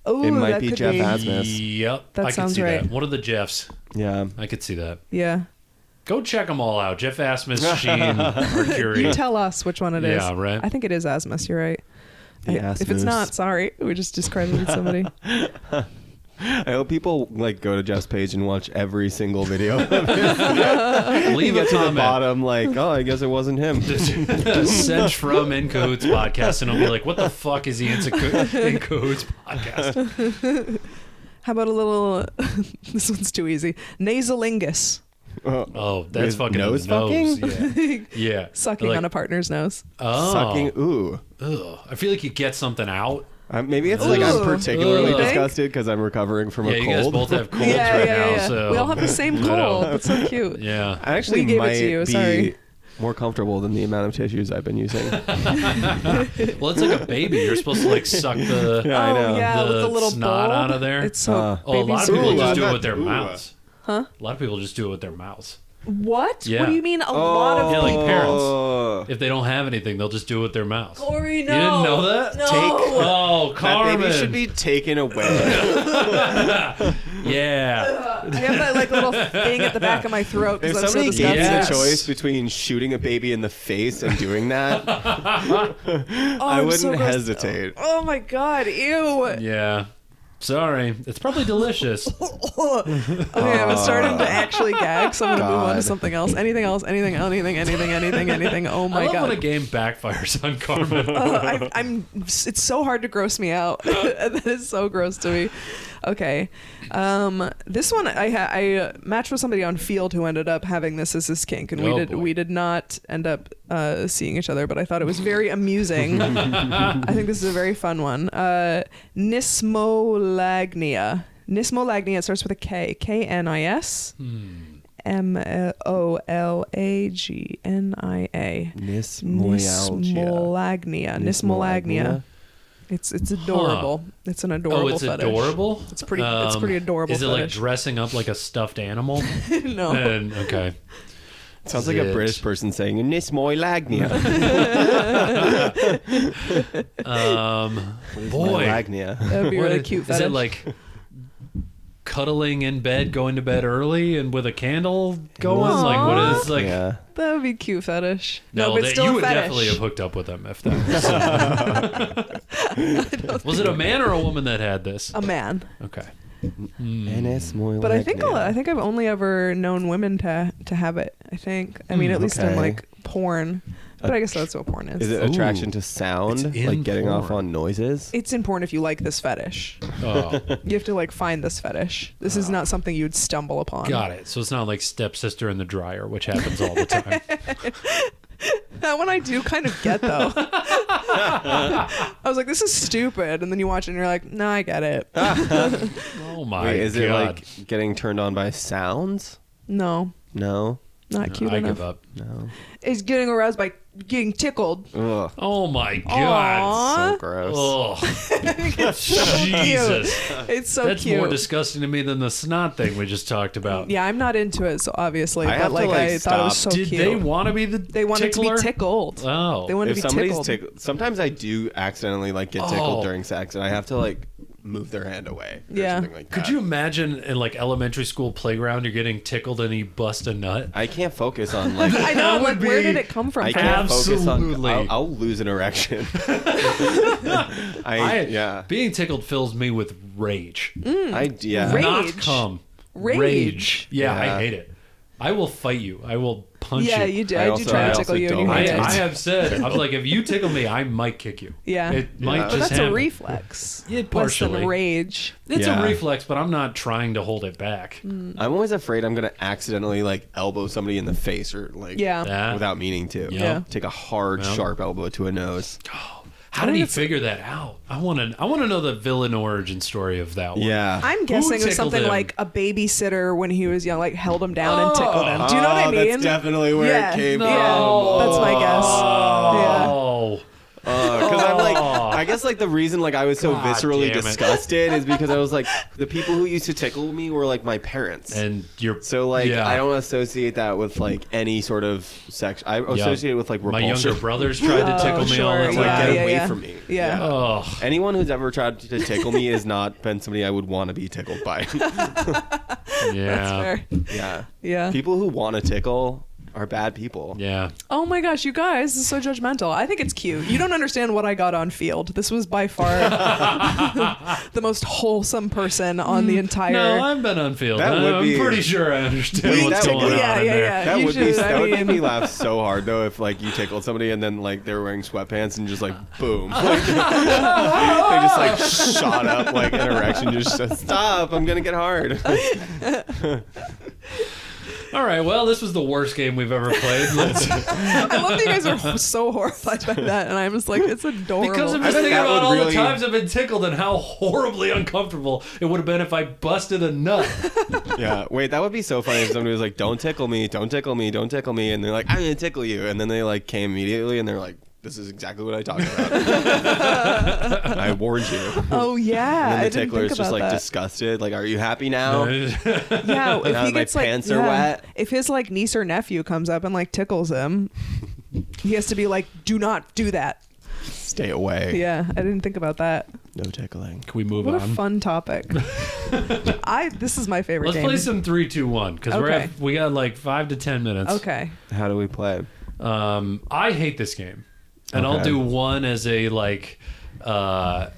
oh, it might that be could Jeff be. Asmus. Asmus. Yep, I That can sounds see that. right. One of the Jeffs. Yeah. I could see that. Yeah, Go check them all out. Jeff Asmus, Sheen, Mercury. you tell us which one it is. Yeah, right. I think it is Asmus. You're right. The I- if it's Asmus. not, sorry, we just discredited somebody. I hope people like go to Jeff's page and watch every single video. Leave a Get to the comment. bottom, like, oh, I guess it wasn't him. Send from In Cahoots podcast, and I'll be like, what the fuck is the In, Caho- in Cahoots podcast? how about a little? this one's too easy. Nasolingus, Uh, Oh, that's With fucking nose nose. fucking? Yeah. yeah. sucking Like, on a partner's nose. oh, Sucking. Ooh. Ugh. I feel like you get something out. Um, maybe it's like I'm Ooh. particularly Ugh. disgusted because I'm recovering from Yeah, a you guys cold. both have colds yeah, right yeah, now, yeah. so We all have the same you know. cold. That's so cute. Yeah. I actually We gave it to might you, be sorry. more comfortable than the amount of tissues I've been using. Well, it's like a baby. You're supposed to like suck the Yeah, I oh know. yeah, The with the little snot bulb. out of there. It's so. Uh, Oh, a baby lot of sucking. people Ooh, just I'm do it not- with their ooh. mouths. Huh? A lot of people just do it with their mouths. What? Yeah. What do you mean? A lot of Yeah, like people. parents. Oh. If they don't have anything, they'll just do it with their mouths. You Corey, no. didn't know that? No. Take- Oh, That Carmen. baby should be taken away. Yeah. I have that like little thing at the back of my throat If because I'm so somebody gave disgusted. me Yes. the choice between shooting a baby in the face and doing that, oh, I I'm wouldn't so grossed- hesitate. Oh my god, ew. Yeah. Sorry. It's probably delicious. Okay, I'm starting to actually gag, so I'm gonna move on to God. something else. Anything else? Anything? Anything? Anything? Anything? Anything? Oh I my love god! when a game backfires on Carmen. Oh, I, I'm. It's so hard to gross me out. that is so gross to me. Okay, um, this one I ha- I uh, matched with somebody on Field who ended up having this as his kink, and we Oh, did boy. we did not end up uh, seeing each other, but I thought it was very amusing. I think this is a very fun one. Uh, Nismolagnia. Nismolagnia it starts with a K. K N I S Hmm. M O L A G N I A. Nismolalgia. Nismolagnia. Nismolagnia. It's it's adorable. It's an adorable Oh, it's fetish. adorable. Um, It's pretty- it's pretty adorable Is it like uh, fetish. dressing up like a stuffed animal? no. And- okay. Sounds like a Zit. British person saying Nismoilagnia. Um, boy, Moilagnia. That would be What really is- cute Is fetish. it like cuddling in bed, going to bed early, and with a candle going? Like what is like? Yeah. that would be cute fetish. No, but it's that, still you a would fetish. definitely have hooked up with them if that was. was it a man or a woman that had this? a man. Okay. Hmm. But I think I'll- I think I've only ever known women to to have it. I think. I mean, Hmm, at least in okay. like porn. But I guess that's what porn is. Is it Ooh. attraction to sound? It's in like getting off porn. on noises? it's in porn if you like this fetish. Oh, You have to like find this fetish. This is not something you'd stumble upon. got it. So it's not like stepsister in the dryer, which happens all the time. That one I do kind of get though. I was like, this is stupid, and then you watch it and you're like, no, I get it. Oh my Wait, is god! it like getting turned on by sounds? no, No. not cute I enough. give up. No. It's getting aroused by getting tickled. Ugh. Oh my god! Huh? So gross. Oh, cute. Jesus! It's so That's cute. more disgusting to me than the snot thing we just talked about. yeah, I'm not into it, so obviously, I but have to, like, like, I thought it was so stop. Did cute. they want to be the? They wanted tickler? to be tickled. Oh, They wanted If to be somebody's tickled. tickled, sometimes I do accidentally like get tickled Oh. during sex, and I have to like move their hand away. Or Yeah. Something like that. Could you imagine in like elementary school playground, you're getting tickled and you bust a nut? I can't focus on like. I know. That Like, would where be- did it come from? I can't focus on. Absolutely. I'll, I'll lose an erection. I, I- yeah. Being tickled fills me with rage. I yeah. Mm. Rage. Not cum. Rage. Yeah, Yeah. I hate it. I will fight you. I will punch yeah, you. you did. I I, do also- try I to also tickle you, and you don't I, like hate it. it. I have said, I'm like, if you tickle me, I might kick you. Yeah. It might Yeah. just but that's a happen. reflex. Yeah, Less partially. than rage. It's Yeah. a reflex, but I'm not trying to hold it back. Mm. I'm always afraid I'm gonna accidentally like elbow somebody in the face or like Yeah. That- without meaning to. Yeah. Take a hard, Yeah. sharp elbow to a nose. How did he figure that out? I want to. I want to know the villain origin story of that one. Yeah. I'm guessing it tickled was something him? like a babysitter when he was young, like held him down and tickled him. Oh. Do you know what I Oh, mean? That's definitely where yeah, it came yeah, No. that's my guess. Yeah. Oh, Because I'm like, I guess like the reason like I was so God viscerally damn it. disgusted is because I was like, the people who used to tickle me were like my parents. and you're so like yeah. I don't associate that with like any sort of sex. I associate it with like My repulsion. younger brothers tried to tickle Oh, me all the sure, time. Like Yeah, get yeah, away yeah. from me. Yeah. Oh, Anyone who's ever tried to tickle me has not been somebody I would want to be tickled by. yeah, Fair. yeah. Yeah. People who want to tickle are bad people. yeah. Oh my gosh, you guys, this is so judgmental. I think it's cute. You don't understand what I got on field. This was by far the most wholesome person on Mm. the entire. No, I've been on field. That would I'm be- pretty sure I understand Wait, what's that would going be- on yeah, in yeah, there. yeah. That you would should, be that I would make mean- me laugh so hard though if like you tickled somebody and then like they were wearing sweatpants and just like boom, Like, they just like shot up like an erection. Just said, stop! I'm gonna get hard. All right. Well, this was the worst game we've ever played. Let's, I love that you guys are so horrified by that, and I'm just like, it's adorable. because I'm I just think thinking that about would all the really- times I've been tickled and how horribly uncomfortable it would have been if I busted a nut. yeah. Wait, that would be so funny if somebody was like, "Don't tickle me! Don't tickle me! Don't tickle me!" and they're like, "I'm gonna tickle you," and then they like came immediately and they're like, "This is exactly what I talked about. I warned you." oh yeah, And I the didn't tickler think is just about like that. disgusted. Like, are you happy now? yeah, if Now he my gets like, pants are yeah, wet. if his like niece or nephew comes up and like tickles him, he has to be like, do not do that. Stay away. Yeah, I didn't think about that. No tickling. Can we move What a on? fun topic. I this is my favorite Let's game. play some three, two, one, because we're Okay. at, we got like five to ten minutes. okay. How do we play? Um, I hate this game, and I'll Okay. do one as a like, uh,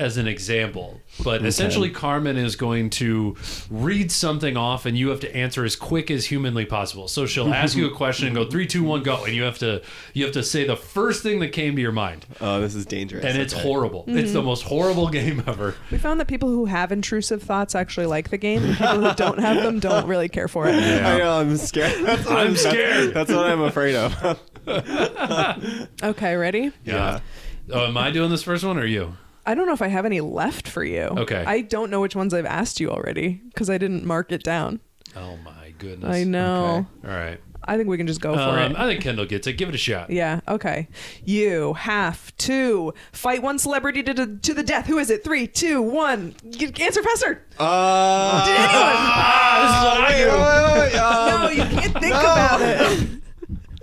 as an example. But essentially, Carmen is going to read something off, and you have to answer as quick as humanly possible. So she'll ask you a question and go three, two, one, go, and you have to you have to say the first thing that came to your mind, Oh, this is dangerous. and it's horrible. Mm-hmm. It's the most horrible game ever. We found that people who have intrusive thoughts actually like the game. and People who don't have them don't really care for it. I know. I'm scared. That's what I'm that's- scared. That's, what I'm afraid of. Okay, ready? Yeah. Oh, am I doing this first one or you? I don't know if I have any left for you. Okay. I don't know which ones I've asked you already because I didn't mark it down. Oh my goodness! I know. All right. I think we can just go for Um, it. I think Kendall gets it. Give it a shot. yeah. Okay. You have to fight one celebrity to, to, to the death. Who is it? Three, two, one. You, answer faster. Uh, Did anyone? Ah, this wait, is what I do. wait, wait, wait, um, no, you can't think about it.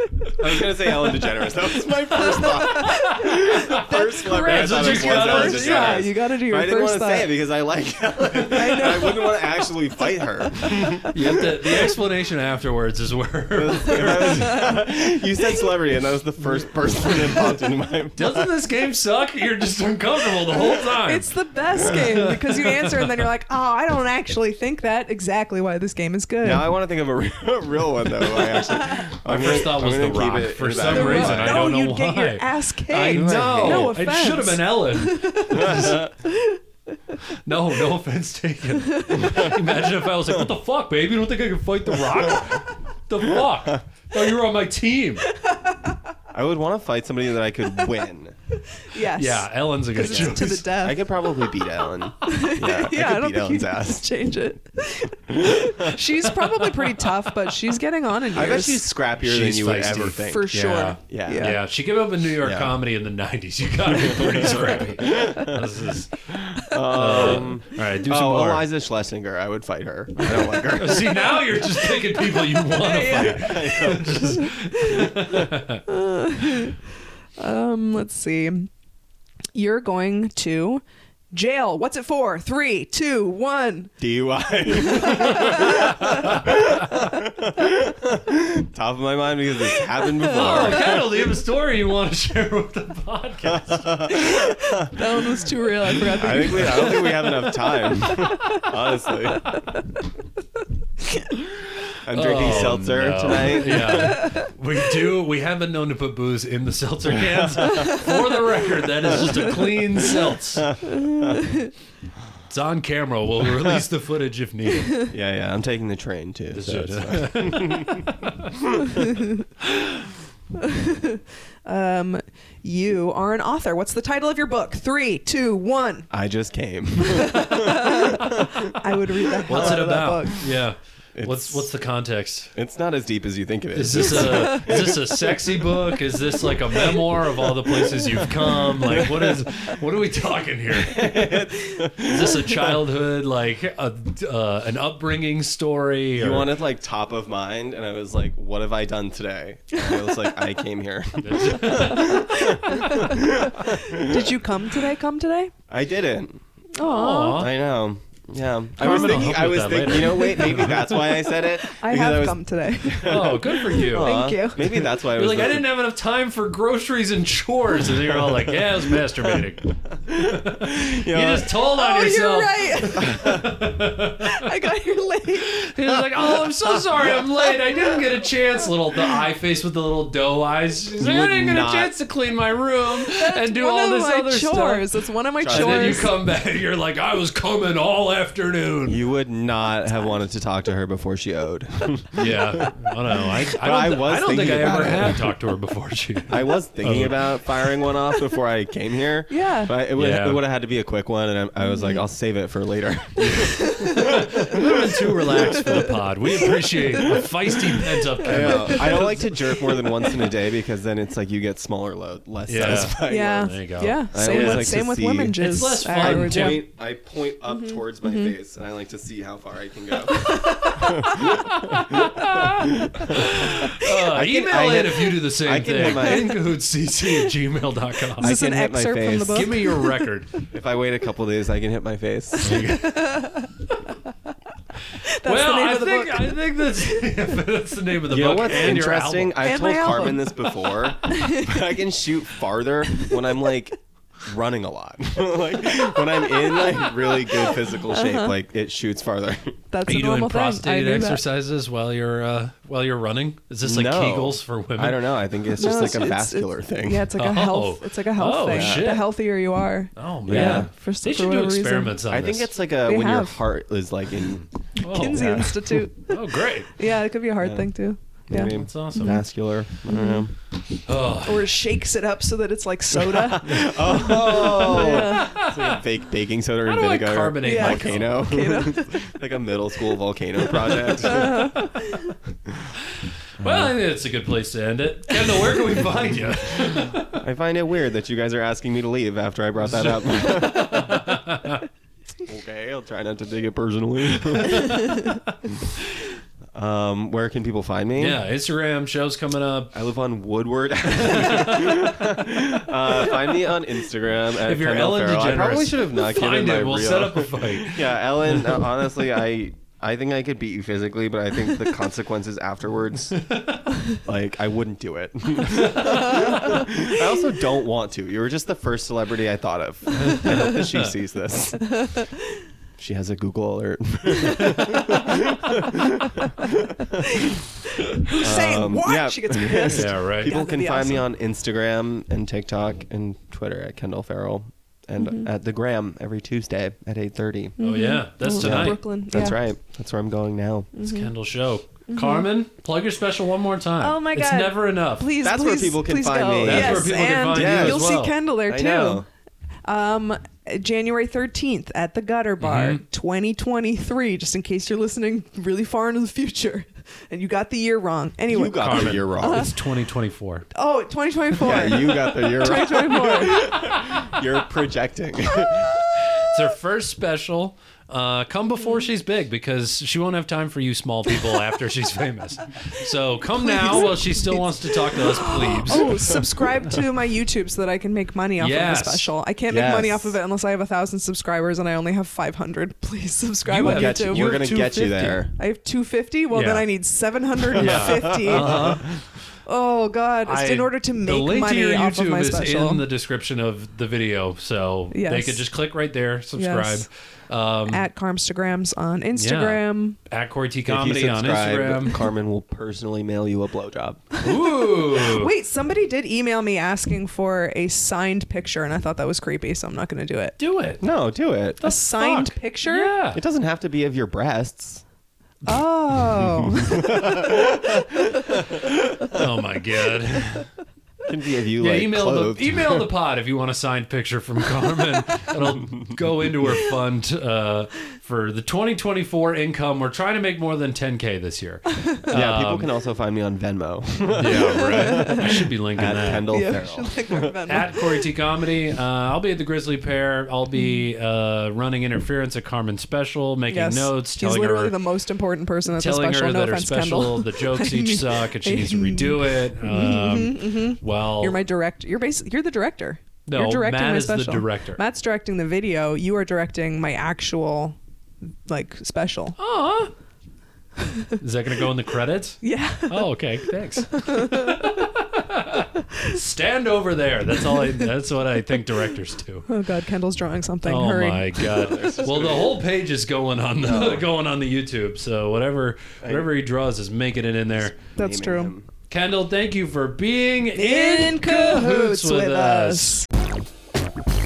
I was gonna say Ellen DeGeneres. That was my first thought. first celebrity I That's thought what it was you got Ellen first? DeGeneres. Yeah, you got to do But your I didn't first want to thought. say it because I like Ellen. I, wouldn't want to actually fight her. You have to- the explanation afterwards is where. you said celebrity, and that was the first person that popped into my. Doesn't this game suck? You're just uncomfortable the whole time. It's the best game because you answer and then you're like, oh, I don't actually think that exactly why this game is good. Now I want to think of a real, a real one though. I actually, my first thought was The Rock. For some The reason, Rock- I no, don't know you'd get why. your ass kicked. I know. No it offense. should have been Ellen. No, no offense taken. Imagine if I was like, "What the fuck, baby? You don't think I can fight The Rock? the fuck? Oh, you were on my team." I would want to fight somebody that I could win. Yes. Yeah, Ellen's a good Because it's to the choice. death. I could probably beat Ellen. Yeah, yeah, I, I could don't beat think Ellen's you ass. change it. she's probably pretty tough, but she's getting on in years. I bet she's scrappier than She's you would feisty. ever think. for sure. Yeah. Yeah. Yeah. she gave up a New York Yeah. comedy in the '90s. You got to be pretty scrappy. This is- Um, all right, do some oh, more. Oh, Eliza Schlesinger. I would fight her. I don't like her. See, now you're just picking people you want to fight. Um, let's see. You're going to jail. What's it for? Three, two, one. DUI. Top of my mind because this happened Oh, before. Kendall, do you have a story you want to share with the podcast? That one was too real. I forgot. I That think we. I don't think we have enough time. Honestly. I'm drinking Oh, seltzer no. tonight. Yeah, we do. We have been known to put booze in the seltzer cans. For the record, that is just a clean seltz. It's on camera. We'll release the footage if needed. Yeah, yeah. I'm taking the train too. so it's fine. um, you are an author. What's the title of your book? Three, two, one. I just came. I would read the hell What's out it of that about? book. Yeah. It's- What's what's the context? It's not as deep as you think it Is is. this a is this a sexy book? Is this like a memoir of all the places you've come? Like what is what are we talking here? Is this a childhood like a, uh, an upbringing story? You or- wanted like top of mind, and I was like, "What have I done today?" And I was like, "I came here. Did you come today? Come today? I didn't. Oh, Aw. I know. Yeah, I Carmen was will thinking. help I with was that thinking. later. You know, wait, maybe that's why I said it. I because have was- come today. Oh, good for you. Aw, Thank you. Maybe that's why I You're was like I looking- didn't have enough time for groceries and chores, and you're all like, "Yeah, I was masturbating." You You know, just told on oh, yourself. you're right. I got here late. He was like, "Oh, I'm so sorry, I'm late. I didn't get a chance." Little the eye face with the little doe eyes. He's like, You I would didn't get not- a chance to clean my room and do one all of this my other stuff. chores. That's one of my Try And then you chores. come back, you're like, "I was coming all afternoon." you would not have wanted to talk to her before she owed. Yeah, I don't know. I, I don't, I th- was I don't think I thinking ever about it. have talked to her before. She. I was Oh. thinking about firing one off before I came here. Yeah. Mm-hmm. but it would, Yeah. it would have had to be a quick one, and I, I was like, "I'll save it for later." We've been too relaxed for the pod. We appreciate a feisty pent up. I, know. I don't like to jerk more than once in a day because then it's like you get smaller load, less Yeah. satisfying. yeah. There you go. Yeah. I Same always with, like to same with see- women jizz. It's less I fun, would- too. yeah. Mm-hmm. I point up towards my face, and I like to see how far I can go. Uh, can- email I in hit- if you do the same I can hit thing. my- In cahootscc at gmail.com. Is this can an hit my excerpt from the face. book? Give me your record. If I wait a couple days, I can hit my face. well, the name I of the think book. I think that's that's the name of the You know book. what's and your interesting? album. I've And my told album. Carmen this before, but I can shoot farther when I'm like running a lot. like when I'm in like really good physical shape, Uh-huh. like it shoots farther. That's Are a you doing normal thing. I prostate do exercises while you're uh, while you're running? Is this like No. Kegels for women? I don't know. I think it's That. just No, like it's- a it's- vascular it's- thing. Yeah, it's like Oh. a health. It's like a health Oh, thing. shit. The healthier you are. Oh man, Yeah. For, they should for do whatever reason. experiments on I this. think it's uh, like a They when your have. heart is like in oh, Kinsey Yeah. Institute. oh, great. Yeah, it could be a hard Yeah. thing too. Yeah. maybe That's awesome. vascular. I don't know. Oh, Or it shakes it up so that it's like soda. Oh, Yeah. it's like a fake baking soda how and do I vinegar carbonate my Yeah. volcano, like a middle school volcano project. Well, I think that's a good place to end it. Kendall, where can we find you? I find it weird that you guys are asking me to leave after I brought that up. okay, I'll try not to take it personally. um, where can people find me? yeah, Instagram shows coming up. I live on Woodward. uh, find me on Instagram at If you're Kendall Ellen Farrell. DeGeneres, I probably should have not given find my it. We'll real. set up a fight. yeah, Ellen. uh, honestly, I I think I could beat you physically, but I think the consequences afterwards, like I wouldn't do it. I also don't want to. You were just the first celebrity I thought of. I hope that she sees this. She has a Google alert. Who's saying Um, what? yeah. She gets pissed. Yeah, right. People that'd can be find me on Instagram and TikTok and Twitter at Kendall Farrell and Mm-hmm. at the Gram every Tuesday at 8:30. Oh yeah, that's Over in tonight. Brooklyn. That's Mm, yeah. right. That's where I'm going now. It's Kendall show. Carmen, plug your special one more time. Mm-hmm. Oh, my it's God. never enough. Please, That's where please, people can please find go. me. That's yes, where people can and find you as You'll well. see Kendall there I too. know. Um, January 13th at the Gutter Mm-hmm. Bar, 2023, just in case you're listening really far into the future and you got the year wrong. Anyway, You got Carmen. the year wrong. It's 2024. oh, 2024. Yeah, you got the year wrong. 2024. You're projecting. It's her first special. Uh, come Mm. before she's big because she won't have time for you small people after she's famous. So come now while she still wants to talk to us plebes. oh, subscribe to my YouTube so that I can make money off Yes. of the special. I can't Yes. make money off of it unless I have a thousand subscribers and I only have 500. Please subscribe You on have- Get you- YouTube. We're have gonna get you 250. there. I have 250. Well, then Yeah. I need 750. Oh God! It's in I- order to the make link to your money off YouTube of my is special. in the description of the video, so they Yes. could just click right there, subscribe. Yes. Um, at Carmstagrams on Instagram. at Corey T If you Comedy on subscribe, Instagram. Carmen will personally mail you a blowjob. Ooh, Wait, somebody did email me asking for a signed picture, and I thought that was creepy, so I'm not going to do it. do it. No, do it. A signed Fuck. picture? Yeah. It doesn't have to be of your breasts. Oh, Oh my god. It can be of you Yeah, like email clothed. the email the pod if you want a signed picture from Carmen. It'll go into her fund uh, for the 2024 income. We're trying to make more than 10k this year. yeah, people can also find me on Venmo Yeah, right. I should be linking at that. Kendall yeah. Farrell. At Corey T Comedy, uh, I'll be at the Grizzly Pair. I'll be uh, running interference at Carmen's special, making yes. notes, He's telling literally her the most important person at the telling special. her no that her offense, special, Kendall. the jokes each suck, and she needs to redo it. Um, Well, Mm-hmm. You're my director. You're basically you're the director. No, you're directing Matt my is the special. director. Matt's directing the video. You are directing my actual, like special. Oh. Aw. Is that going to go in the credits? Yeah. Oh, okay. Thanks. Stand over there. That's all. I, that's what I think directors do. Oh God, Kendall's drawing something. Oh Hurry. my god. Well, the whole page is going on the going on the YouTube. So whatever whatever he draws is making it in there. That's Naming true. him. Kendall, thank you for being in, In cahoots with us. us.